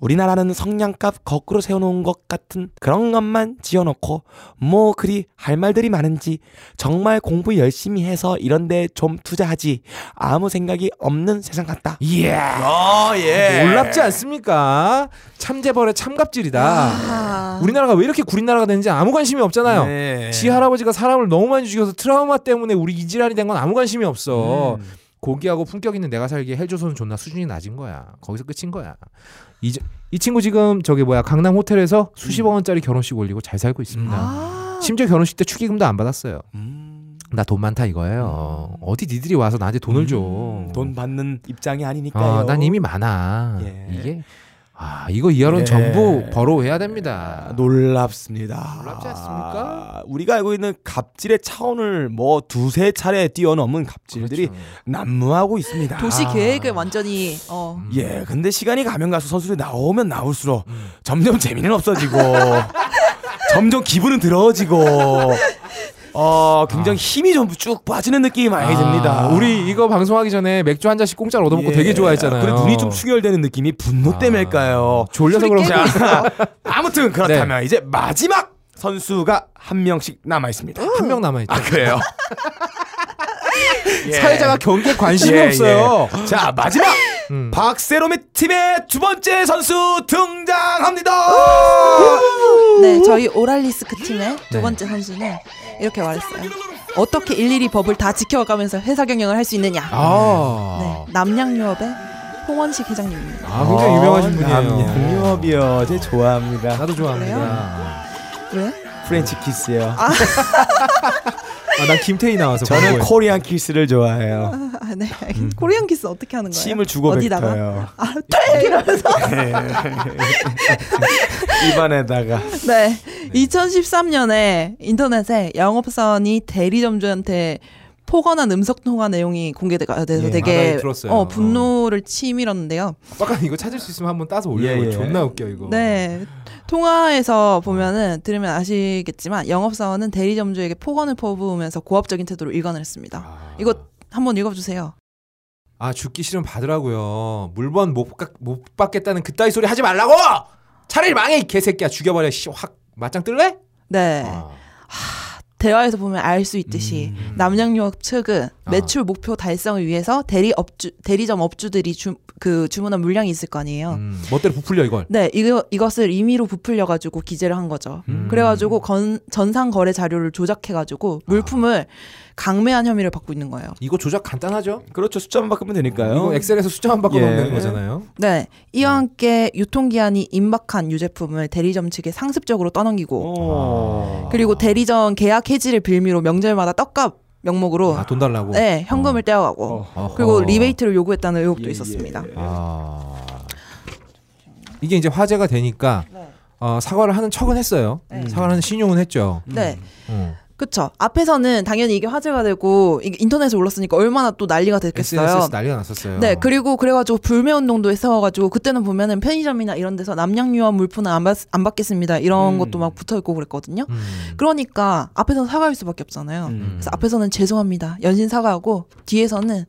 E: 우리나라는 성냥값 거꾸로 세워놓은 것 같은 그런 것만 지어놓고 뭐 그리 할 말들이 많은지 정말 공부 열심히 해서 이런데 좀 투자하지 아무 생각이 없는 세상 같다.
D: 어,
B: 아, 예.
A: 놀랍지 않습니까? 참재벌의 참갑질이다.
C: 아.
A: 우리나라가 왜 이렇게 구린 나라가 되는지 아무 관심이 없잖아요.
B: 네.
A: 지 할아버지가 사람을 너무 많이 죽여서 트라우마 때문에 우리 이지랄이 된 건 아무 관심이 없어.
B: 음.
A: 고기하고 품격 있는 내가 살기에 헬조선은 존나 수준이 낮은 거야. 거기서 끝인 거야. 이, 저- 이 친구 지금 저기 뭐야 강남 호텔에서 수십억 원짜리 결혼식 올리고 잘 살고 있습니다.
C: 아.
A: 심지어 결혼식 때 축의금도 안 받았어요.
E: 음,
A: 나 돈 많다 이거예요. 어디 니들이 와서 나한테 돈을 줘.
E: 음, 돈 받는 입장이 아니니까요.
A: 어, 난 이미 많아.
E: 예.
A: 이게 아 이거 이하론
B: 예.
A: 전부 버로해야 됩니다.
E: 아, 놀랍습니다.
A: 놀랍지 않습니까?
E: 아, 우리가 알고 있는 갑질의 차원을 뭐 두세 차례 뛰어넘은 갑질들이
A: 그렇죠.
E: 난무하고 있습니다.
A: 아.
C: 도시 계획을 완전히
A: 음.
C: 어.
E: 예, 근데 시간이 가면 가서 선수들이 나오면 나올수록
A: 음.
E: [LAUGHS] 점점 재미는 없어지고 점점 기분은 더러워지고 어, 굉장히 힘이 좀 쭉 빠지는 느낌이 많이 듭니다.
A: 아. 우리 이거 방송하기 전에 맥주 한 잔씩 공짜로 얻어먹고
E: 예.
A: 되게 좋아했잖아요. 아.
E: 그래 눈이 좀 충혈되는 느낌이 분노 때문일까요?
A: 졸려서
C: 술이
A: 그런가? 네.
C: 깨고 있어요.
E: [LAUGHS] 아무튼 그렇다면 이제 마지막 선수가 한 명씩 남아 있습니다.
A: 한 명 남아있죠.
E: 아 그래요? 예.
A: 사회자가 경기에 관심이
E: 예,
A: 없어요.
E: 예. 자 마지막
A: [LAUGHS] 음.
E: 박세롬의 팀의 두 번째 선수 등장합니다.
C: 네, 저희 오랄리스크 팀의 두
A: 네.
C: 번째 선수는 이렇게 말했어요. 어떻게 일일이 법을 다 지켜가면서 회사 경영을 할 수 있느냐.
A: 아,
C: 네, 남양유업의 홍원식 회장님입니다.
A: 아 굉장히 유명하신 분이에요.
E: 예. 남녀미업이요. 제 좋아합니다.
A: 나도 좋아합니다.
C: 왜?
E: 프렌치 키스요.
A: 네. 아, 난 김태희 나와서
E: 저는
A: 광고에-
E: 코리안 키스를 좋아해요.
C: [LAUGHS] 아, 네. 알겠- 코리안 키스 어떻게 하는 거예요?
E: 침을 주고
C: 어디다가?
E: 뱉어요.
C: 아, 탁! 이러면서.
E: 입안에다가.
C: 네. 2013년에 인터넷에 영업사원이 대리점주한테 포괄한 음성 통화 내용이 공개돼서
A: 예, 아,
C: 되게
A: 나 들었어요.
C: 어, 분노를 치밀었는데요.
A: 아까 뭐- 이거 찾을 수 있으면 한번 따서 올려요.
E: 예, 예.
A: 존나 웃겨 이거.
C: 네. 통화에서 보면은
A: 어.
C: 들으면 아시겠지만 영업사원은 대리점주에게 폭언을 퍼부으면서 고압적인 태도로 일관을 했습니다.
A: 아.
C: 이거 한번 읽어주세요.
A: 아 죽기 싫으면 받으라고요. 물건 못, 깎- 못 받겠다는 그따위 소리 하지 말라고. 차라리 망해 이 개새끼야 죽여버려. 씨, 확 맞짱 뜰래?
C: 네.
A: 아. 음.
C: 대화에서 보면 알 수 있듯이 남양유업 측은
A: 아.
C: 매출 목표 달성을 위해서 대리 업주 대리점 업주들이 주, 그 주문한 물량이 있을 거 아니에요.
A: 음, 멋대로 부풀려 이걸.
C: 네, 이거 이것을 임의로 부풀려 가지고 기재를 한 거죠.
A: 음.
C: 그래 가지고 건 전상 거래 자료를 조작해 가지고
A: 아.
C: 물품을 강매한 혐의를 받고 있는 거예요.
A: 이거 조작 간단하죠.
E: 그렇죠. 숫자만 바꾸면 되니까요.
A: 이거 엑셀에서 숫자만 바꿔놓으면
E: 예.
A: 되는 거잖아요.
C: 네, 이와 함께 유통기한이 임박한 유제품을 대리점 측에 상습적으로 떠넘기고
A: 아.
E: 오.
C: 그리고 대리점 계약 해지를 빌미로 명절마다 떡값 명목으로
A: 아 돈 달라고.
C: 네 현금을 떼어가고 예, 음.
A: 어허.
C: 그리고 리베이트를 요구했다는 의혹도 있었습니다.
A: 아. 음. 이게 이제 화제가 되니까
C: 네.
A: 어, 사과를 하는 척은 했어요. 사과를 하는 신용은 했죠.
C: 네.
E: 음.
A: 어.
C: 그쵸. 앞에서는 당연히 이게 화제가 되고, 이게 인터넷에 올랐으니까 얼마나 또 난리가
A: SNS
C: 됐겠어요.
A: 난리가 났었어요.
C: 네, 그리고 그래가지고 불매운동도 했어가지고, 그때는 보면은 편의점이나 이런 데서 남양유한 물품은 안, 받, 안 받겠습니다. 이런 것도 막 붙어있고 그랬거든요.
A: 음.
C: 그러니까 앞에서는 사과할 수밖에 없잖아요. 그래서 앞에서는 죄송합니다. 연신 사과하고 뒤에서는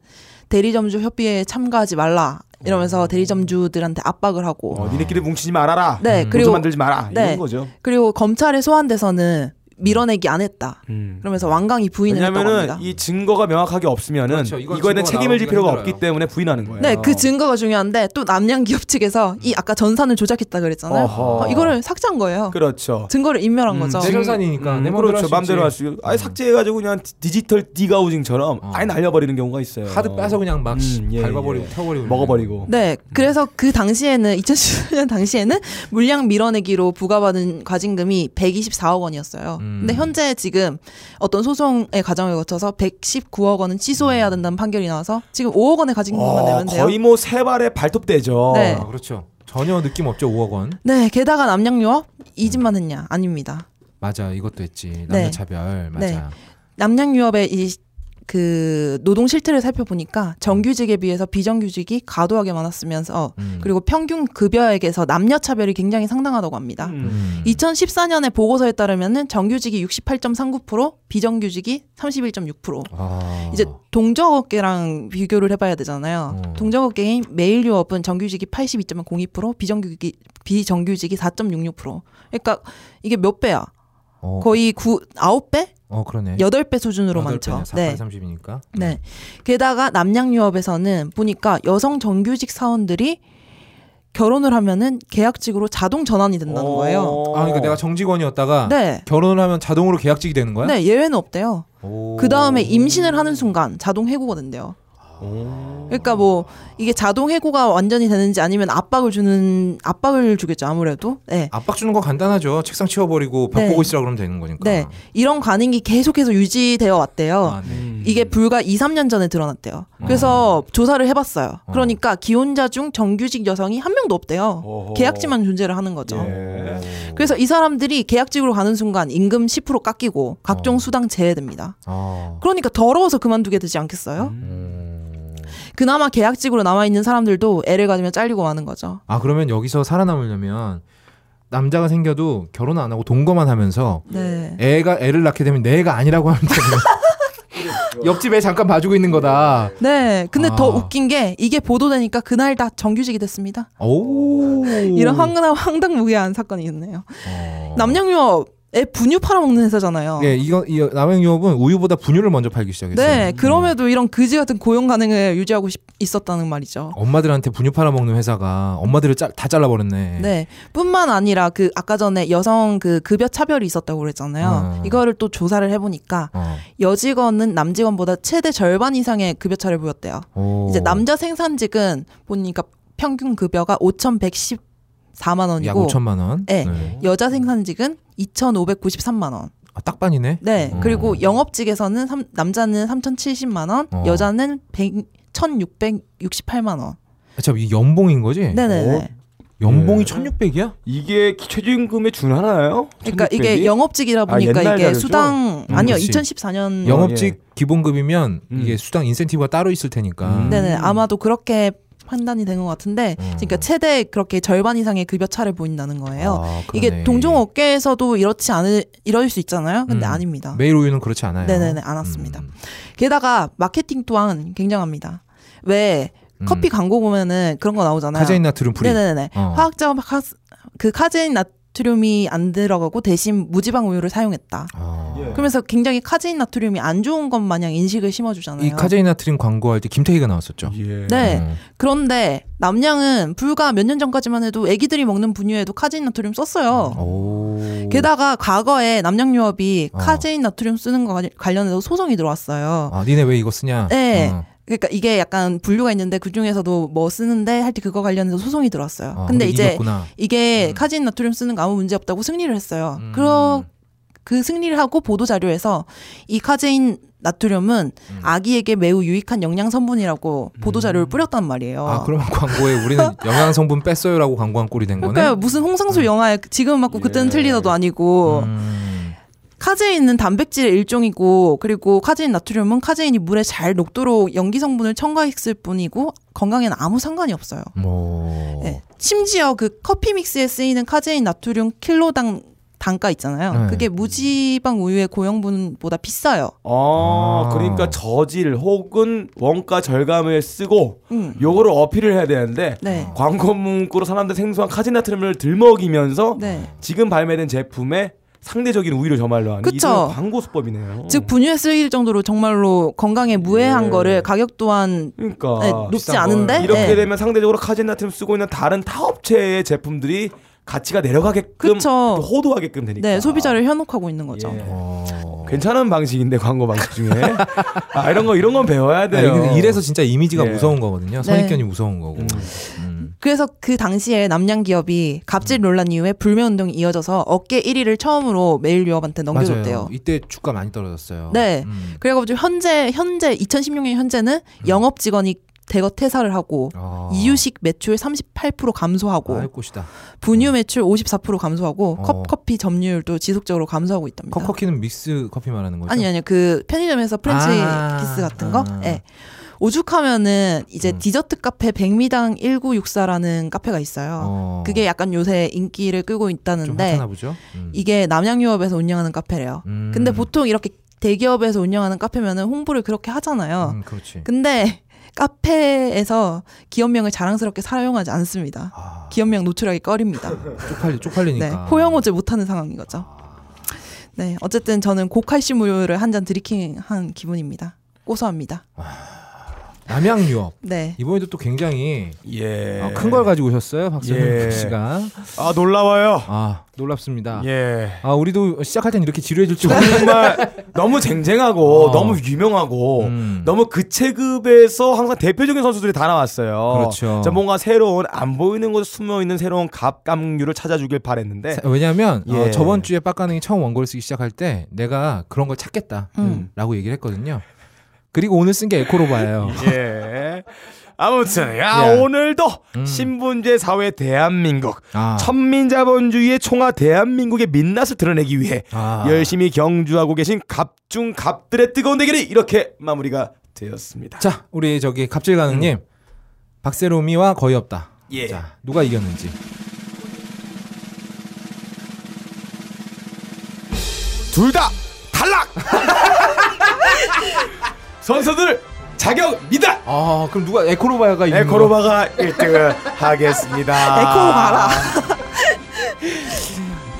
C: 대리점주 협의회에 참가하지 말라 이러면서 대리점주들한테 압박을 하고
A: 아.
E: 어, 니네끼리 뭉치지 말아라.
C: 네,
E: 음.
C: 그리고-
E: 노조 만들지 마라.
C: 네.
E: 이런 거죠.
C: 그리고 검찰에 소환돼서는 밀어내기 안 했다.
A: 음.
C: 그러면서 완강히 부인을 했다고 합니다.
E: 왜냐하면 이 증거가 명확하게 없으면은
A: 그렇죠. 이건
E: 이거에 대한
A: 증거가
E: 책임을 질
A: 나오기가
E: 필요가
A: 힘들어요.
E: 없기 때문에 부인하는 거예요.
C: 네, 그 증거가 중요한데 또 남양 기업 측에서 이 아까 전산을 조작했다 그랬잖아요.
E: 어허.
C: 어, 이거를 삭제한 거예요.
E: 그렇죠.
C: 증거를 인멸한 거죠.
A: 내 전산이니까 그러니까 내 마음대로
E: 그렇죠.
A: 할수 있지.
E: 마음대로 할 수. 아예 삭제해가지고 그냥 디- 디지털 디가우징처럼
A: 어.
E: 아예 날려버리는 경우가 있어요.
A: 카드 빼서 그냥 막 씨,
E: 음, 예,
A: 밟아버리고
E: 예.
A: 태워버리고
E: 먹어버리고.
C: 네, 그래서 그 당시에는 2010년 당시에는 물량 밀어내기로 부과받은 과징금이 124억
A: 음.
C: 원이었어요. 근데 현재 지금 어떤 소송의 과정을 거쳐서 119억 원은 취소해야 된다는 판결이 나와서 지금 5억 원의 과징금만
E: 어,
C: 내면 돼요.
E: 거의 뭐 세 발의 발톱대죠.
C: 네.
A: 아, 그렇죠. 전혀 느낌 없죠. 5억 원.
C: 네, 게다가 남양유업 이집만 했냐? 아닙니다.
A: 맞아. 이것도 했지. 남녀
C: 네.
A: 차별. 맞아.
C: 네. 남양유업의 이 그 노동 실태를 살펴보니까 정규직에 비해서 비정규직이 과도하게 많았으면서
A: 음.
C: 그리고 평균 급여액에서 남녀 차별이 굉장히 상당하다고 합니다.
E: 음.
A: 음.
C: 2014년에 보고서에 따르면은 정규직이 68.39%, 비정규직이 31.6%.
A: 아.
C: 이제 동적업계랑 비교를 해봐야 되잖아요.
A: 어.
C: 동적업계인 메일유업은 정규직이 82.02%, 비정규직이 비정규직이 4.66%. 그러니까 이게 몇 배야?
A: 어,
C: 거의 9 9배?
A: 어 그러네.
C: 8배 수준으로 많죠.
A: 4, 8, 30이니까.
C: 네. 게다가 남양유업에서는 보니까 여성 정규직 사원들이 결혼을 하면은 계약직으로 자동 전환이 된다는 거예요.
E: 어.
A: 아 그러니까 내가 정직원이었다가
C: 네.
A: 결혼을 하면 자동으로 계약직이 되는 거야?
C: 네, 예외는 없대요.
A: 오.
C: 그 다음에 임신을 하는 순간 자동 해고가 된대요. 그러니까 뭐 이게 자동 해고가 완전히 되는지 아니면 압박을 주는 압박을 주겠죠 아무래도. 네.
A: 압박 주는 거 간단하죠. 책상 치워버리고 벽
C: 네.
A: 보고 있으라 그러면 되는 거니까.
C: 네. 이런 관행이 계속해서 유지되어 왔대요.
A: 아, 네.
C: 이게 불과 2, 3년 전에 드러났대요. 그래서 조사를 해봤어요. 그러니까 기혼자 중 정규직 여성이 한 명도 없대요.
E: 어허.
C: 계약직만 존재를 하는 거죠.
E: 예.
C: 그래서 이 사람들이 계약직으로 가는 순간 임금 10% 깎이고 각종
A: 어.
C: 수당 제외됩니다.
A: 아.
C: 그러니까 더러워서 그만두게 되지 않겠어요?
A: 음.
C: 그나마 계약직으로 남아 있는 사람들도 애를 가지면 잘리고 마는 거죠.
A: 아 그러면 여기서 살아남으려면 남자가 생겨도 결혼 안 하고 동거만 하면서
C: 네.
A: 애가 애를 낳게 되면 내 애가 아니라고 하는데 옆집 애 잠깐 봐주고 있는 거다.
C: 네. 근데 더
A: 아.
C: 웃긴 게 이게 보도되니까 그날 다 정규직이 됐습니다.
A: 오
C: 이런 황당한 황당무계한 사건이 있네요.
A: 어.
C: 남양유업의 분유 팔아먹는 회사잖아요.
A: 예, 이거 이 남양유업은 우유보다 분유를 먼저 팔기 시작했어요.
C: 어. 네, 그럼에도 이런 그지 같은 고용 가능을 유지하고 싶- 있었다는 말이죠.
A: 엄마들한테 분유 팔아먹는 회사가 엄마들을 짤- 다 잘라버렸네.
C: 네. 뿐만 아니라 그 아까 전에 여성 그 급여 차별이 있었다고 그랬잖아요.
A: 음.
C: 이거를 또 조사를 해보니까
A: 어.
C: 여직원은 남직원보다 최대 절반 이상의 급여 차를 보였대요.
A: 오.
C: 이제 남자 생산직은 보니까 평균 급여가 5,114만 원이고
A: 약 5천만 원.
C: 네. 여자 생산직은 2,593만 원.
A: 아, 딱반이네.
C: 네.
A: 음.
C: 그리고 영업직에서는 삼- 남자는 3,070만 원,
A: 어.
C: 여자는 100, 1,668만 원.
A: 아, 참, 이 연봉인 거지?
C: 네네네.
B: 어?
A: 연봉이
B: 네.
A: 1,600이야?
B: 이게 최저임금에 준하나요?
C: 그러니까
B: 1600이?
C: 이게 영업직이다 보니까
B: 옛날
C: 이게
B: 자료죠?
C: 수당
A: 아, 음,
C: 아니요
A: 그치.
C: 2014년
A: 영업직 기본급이면
B: 어, 예. 음.
A: 이게 수당 인센티브가 따로 있을 테니까.
B: 음.
C: 네네 아마도 그렇게 판단이 된 것 같은데
A: 음.
C: 그러니까 최대 그렇게 절반 이상의 급여 차를 보인다는 거예요.
A: 아, 그러네.
C: 어, 이게 동종업계에서도 이렇지 않을 이럴 수 있잖아요. 근데
A: 음.
C: 아닙니다.
A: 매일 우유는 그렇지 않아요.
C: 네네네 안 왔습니다.
A: 음.
C: 게다가 마케팅 또한 굉장합니다. 왜 커피 광고 보면은 그런 거 나오잖아요.
A: 음. 카제인 나트륨 프리.
C: 네네네
A: 어.
C: 화학적 화- 그 카제인 나트륨이 안 들어가고 대신 무지방 우유를 사용했다.
A: 아.
B: 예.
C: 그러면서 굉장히 카제인 나트륨이 안 좋은 것 마냥 인식을 심어주잖아요.
A: 이 카제인 나트륨 광고할 때 김태희가 나왔었죠.
B: 예.
C: 네.
A: 음.
C: 그런데 남양은 불과 몇 년 전까지만 해도 아기들이 먹는 분유에도 카제인 나트륨 썼어요.
A: 오.
C: 게다가 과거에 남양유업이
A: 어.
C: 카제인 나트륨 쓰는 거 관- 관련해서 소송이 들어왔어요.
A: 아, 니네 왜 이거 쓰냐?
C: 네.
A: 어.
C: 그러니까 이게 약간 분류가 있는데 그 중에서도 뭐 쓰는데 하여튼 그거 관련해서 소송이 들어왔어요.
A: 어,
C: 아, 근데, 이제
A: 이겼구나.
C: 이게 카제인 나트륨 쓰는 거 아무 문제 없다고 승리를 했어요.
A: 음.
C: 그러 그 승리를 하고 보도 자료에서 이 카제인 나트륨은
A: 음.
C: 아기에게 매우 유익한 영양 성분이라고 보도 자료를 뿌렸단 말이에요.
A: 아, 그러면 광고에
C: [LAUGHS]
A: 우리는 영양 성분 뺐어요라고 광고한 꼴이 된 거네.
C: 그러니까요 무슨 홍상수 영화에 지금 맞고 그때는 틀리다도 아니고
A: 예. 음.
C: 카제인은 단백질의 일종이고 그리고 카제인 나트륨은 카제인이 물에 잘 녹도록 연기 성분을 첨가했을 뿐이고 건강에는 아무 상관이 없어요.
A: 뭐.
C: 네. 심지어 그 커피 믹스에 쓰이는 카제인 나트륨 킬로당 단가 있잖아요.
A: 네.
C: 그게 무지방 우유의 고형분보다 비싸요.
B: 아,
A: 아.
B: 그러니까 저질 혹은 원가 절감을 쓰고
C: 음.
B: 요거를 어필을 해야 되는데
C: 네.
B: 광고 문구로 사람들 생소한 카지나트륨을 들먹이면서
C: 네.
B: 지금 발매된 제품에 상대적인 우위를 저말로 하는
C: 그쵸.
B: 이런 광고 수법이네요.
C: 즉 분유에 쓰일 정도로 정말로 건강에 무해한
B: 예.
C: 거를 가격 또한
B: 그러니까
C: 네, 높지
A: 비싼
C: 않은데
A: 걸.
B: 이렇게
C: 네.
B: 되면 상대적으로 카지나트륨 쓰고 있는 다른 타 업체의 제품들이 가치가 내려가게끔
C: 그쵸.
B: 또 호도하게끔 되니까.
C: 네, 소비자를 현혹하고 있는 거죠.
B: 예.
A: 어.
B: 괜찮은 방식인데 광고 방식
C: [LAUGHS]
B: 중에 아 이런 거 이런 건 배워야
A: 아,
B: 돼요.
A: 이게- 이래서 진짜 이미지가
B: 예.
A: 무서운 거거든요.
C: 네.
A: 선입견이 무서운 거고.
B: 음.
A: 음.
C: 그래서 그 당시에 남양 기업이 갑질 논란 이후에 불매 운동이 이어져서 업계 1위를 처음으로 매일유업한테 넘겨줬대요.
A: 맞아요. 이때 주가 많이 떨어졌어요.
C: 네.
A: 음.
C: 그래가지고 현재 현재 2016년 현재는 영업 직원이 대거 퇴사를 하고
A: 아.
C: 이유식 매출 38% 감소하고
A: 알 곳이다.
C: 분유 매출 54% 감소하고
A: 어.
C: 컵 커피 점유율도 지속적으로 감소하고 있답니다.
A: 컵커키는 믹스 커피 말하는 거죠?
C: 네. 아니 아니요 그 편의점에서 프렌치
A: 아.
C: 키스 같은 거.
A: 아.
C: 예. 오죽하면은 이제
A: 음.
C: 디저트 카페 백미당 1964라는 카페가 있어요.
A: 어.
C: 그게 약간 요새 인기를 끌고
A: 좀
C: 있다는데
A: 핫하나 보죠. 음.
C: 이게 남양유업에서 운영하는 카페래요.
A: 음.
C: 근데 보통 이렇게 대기업에서 운영하는 카페면은 홍보를 그렇게 하잖아요.
A: 음, 그렇지.
C: 근데 카페에서 기업명을 자랑스럽게 사용하지 않습니다.
A: 아, 그러니까.
C: 기업명 노출하기 꺼립니다.
A: 쪽팔리 쪽팔리니까.
C: 네, 호영호제 못하는 상황인 거죠. 네, 어쨌든 저는 고칼슘 우유를 한 잔 드리킹한 기분입니다. 고소합니다.
A: 남양 유업.
C: 네,
A: 이번에도 또 굉장히
B: 예.
A: 아, 큰 걸 가지고 오셨어요, 박선영
B: 예.
A: 씨가.
B: 아 놀라워요.
A: 아 놀랍습니다.
B: 예.
A: 아 우리도 시작할 땐 이렇게 지루해질 줄 몰랐.
B: 정말 너무 쟁쟁하고
A: 어.
B: 너무 유명하고
A: 음.
B: 너무 그 체급에서 항상 대표적인 선수들이 다 나왔어요.
A: 그렇죠.
B: 자, 뭔가 새로운 안 보이는 곳에 숨어 있는 새로운 갑각류를 찾아주길 바랬는데
A: 왜냐하면 어,
B: 예.
A: 저번 주에 빡가능이 처음 원고를 쓰기 시작할 때 내가 그런 걸 찾겠다라고
C: 음.
A: 얘기를 했거든요. 그리고 오늘 쓴 게 에코로바예요.
B: 예. 아무튼 야
A: 예.
B: 오늘도 신분제 사회 대한민국
A: [LAUGHS] 아.
B: 천민자본주의의 총화 대한민국의 민낯을 드러내기 위해
A: 아.
B: 열심히 경주하고 계신 갑중 갑들의 뜨거운 대결이 이렇게 마무리가 되었습니다.
A: 자 우리 저기 갑질 가능님 박세롬이와 거의 없다.
B: 예.
A: 자 누가 이겼는지.
D: 둘 다
B: [LAUGHS]
D: 탈락. 선수들 자격 미달.
A: 아 그럼 누가 에코로바가 있는 거?
D: 에코로바가 1등을
A: [LAUGHS]
D: 하겠습니다.
C: 에코로바라.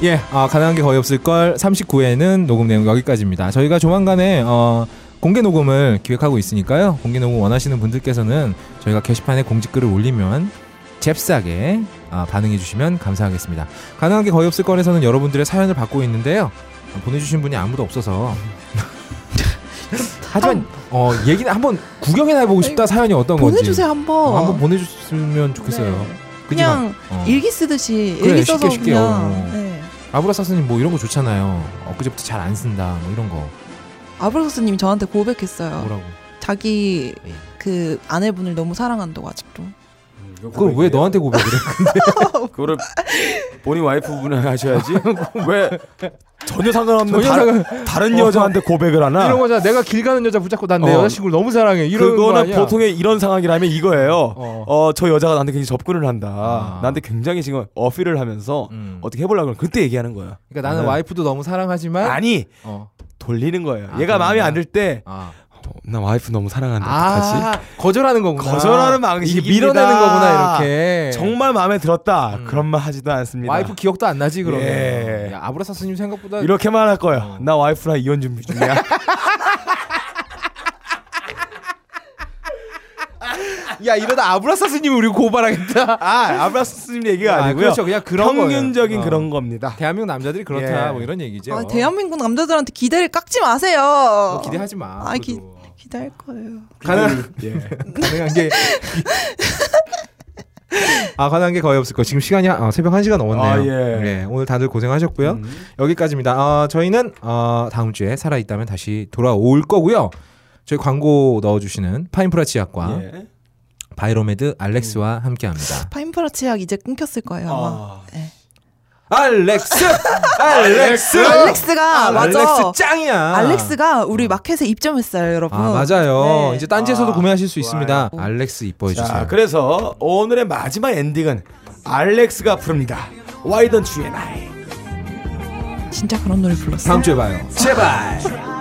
A: 예, 아, 가능한 게 거의 없을 걸 39회는 녹음 내용 여기까지입니다. 저희가 조만간에 어, 공개 녹음을 기획하고 있으니까요. 공개 녹음 원하시는 분들께서는 저희가 게시판에 공지글을 올리면 잽싸게 아, 반응해 주시면 감사하겠습니다. 가능한 게 거의 없을 걸에서는 여러분들의 사연을 받고 있는데요. 보내주신 분이 아무도
C: [LAUGHS]
A: 없어서 하지만 어, 얘기는 한번 구경이나 해보고 싶다 사연이 어떤 건지
C: 보내주세요 한번.
A: 어, 한번 보내줬으면 좋겠어요.
C: 네.
A: 그지 마.
C: 그냥
A: 어.
C: 일기 쓰듯이
A: 그래,
C: 일기
A: 쉽게,
C: 써서
A: 쉽게,
C: 그냥
A: 어.
C: 네.
A: 아브라사스님 뭐 이런 거 좋잖아요. 엊그제부터 잘 안 쓴다 뭐 이런 거
C: 아브라소스님이 저한테 고백했어요.
A: 뭐라고. 예.
C: 자기 그 아내분을 너무 사랑한다고 아직도.
A: 그걸 왜 너한테 고백을 해?
D: 그거를 본인 와이프분에
A: [LAUGHS]
D: 하셔야지. 왜
B: 전혀 상관없는
A: 전혀 어.
B: 다른, 다른 여자한테 고백을
A: [LAUGHS]
B: 하나?
A: 이런 거잖아. 내가 길 가는 여자 붙잡고 난 내
B: 어.
A: 여자친구를 너무 사랑해. 이런 거
B: 그거는
A: 아니야?
B: 보통의 이런 상황이라면 이거예요.
A: 어.
B: 어, 저 여자가 나한테 굉장히 접근을 한다.
A: 아.
B: 나한테 굉장히 지금 어필을 하면서
A: 음.
B: 어떻게 해보려고 그러면 그때 얘기하는 거예요.
A: 그러니까 나는
B: 나는-
A: 와이프도 너무 사랑하지만
B: 네. 아니
A: 어.
B: 돌리는 거예요.
A: 아,
B: 얘가 마음에
A: 그런가?
B: 안 들 때 어, 나
A: 아.
B: 와이프 너무 사랑한다. 어떡하지?
A: 아, 거절하는 거구나.
B: 거절하는
A: 이게
B: 방식입니다.
A: 밀어내는 거구나 이렇게.
B: 정말 마음에 들었다.
A: 음.
B: 그런 말 하지도 않습니다.
A: 와이프 기억도 안 나지 그러면.
B: 예.
A: 야, 아브라사스님 생각보다
B: 이렇게만 할 거예요. 나 와이프랑 이혼 준비 중이야.
A: 야 이러다 아브라사스님 우리
B: [LAUGHS]
A: 고발하겠다.
B: [LAUGHS] 아, 아브라스님 얘기가
A: 아,
B: 아니고요.
A: 그렇죠. 그냥 그런
B: 평균적인
A: 거예요. 어.
B: 그런 겁니다.
A: 대한민국 남자들이 그렇다
B: 예.
A: 뭐 이런 얘기죠.
C: 아, 대한민국 남자들한테 기대를 깎지 마세요.
A: 뭐 기대하지 마.
C: 아, 기-
A: 그래도.
C: 기대할 거예요.
A: 가능
B: 예.
A: 가능한 게. 아, 가능한 게 거의 없을 거. 지금 시간이 한- 아, 새벽 1시가 넘었네요.
B: 아, 예. 음.
A: 예, 오늘 다들
B: 어?
A: 고생하셨고요. 여기까지입니다. 아, 저희는 어, 다음 주에 살아 있다면 다시 돌아올 거고요. 저희 광고 넣어 주시는 파인프라 치약과
B: 예.
A: 바이로메드 알렉스와 함께 합니다.
C: 파인프라 치약 이제 끊겼을 거예요. 아마.
B: 아.
C: 네.
A: 알렉스! 알렉스!
C: 그 알렉스가 맞아.
A: 알렉스 짱이야.
C: 알렉스가 우리 마켓에 입점했어요, 여러분.
A: 아, 맞아요.
C: 네.
A: 이제 딴지에서도
B: 아,
A: 구매하실 수 있습니다.
C: 좋아요.
A: 알렉스 이뻐해
B: 자,
A: 주세요.
B: 그래서 오늘의 마지막 엔딩은 알렉스가 부릅니다. Why don't you and I?
C: 진짜 그런 노래 불렀어요.
A: 다음 주에 봐요. 제발.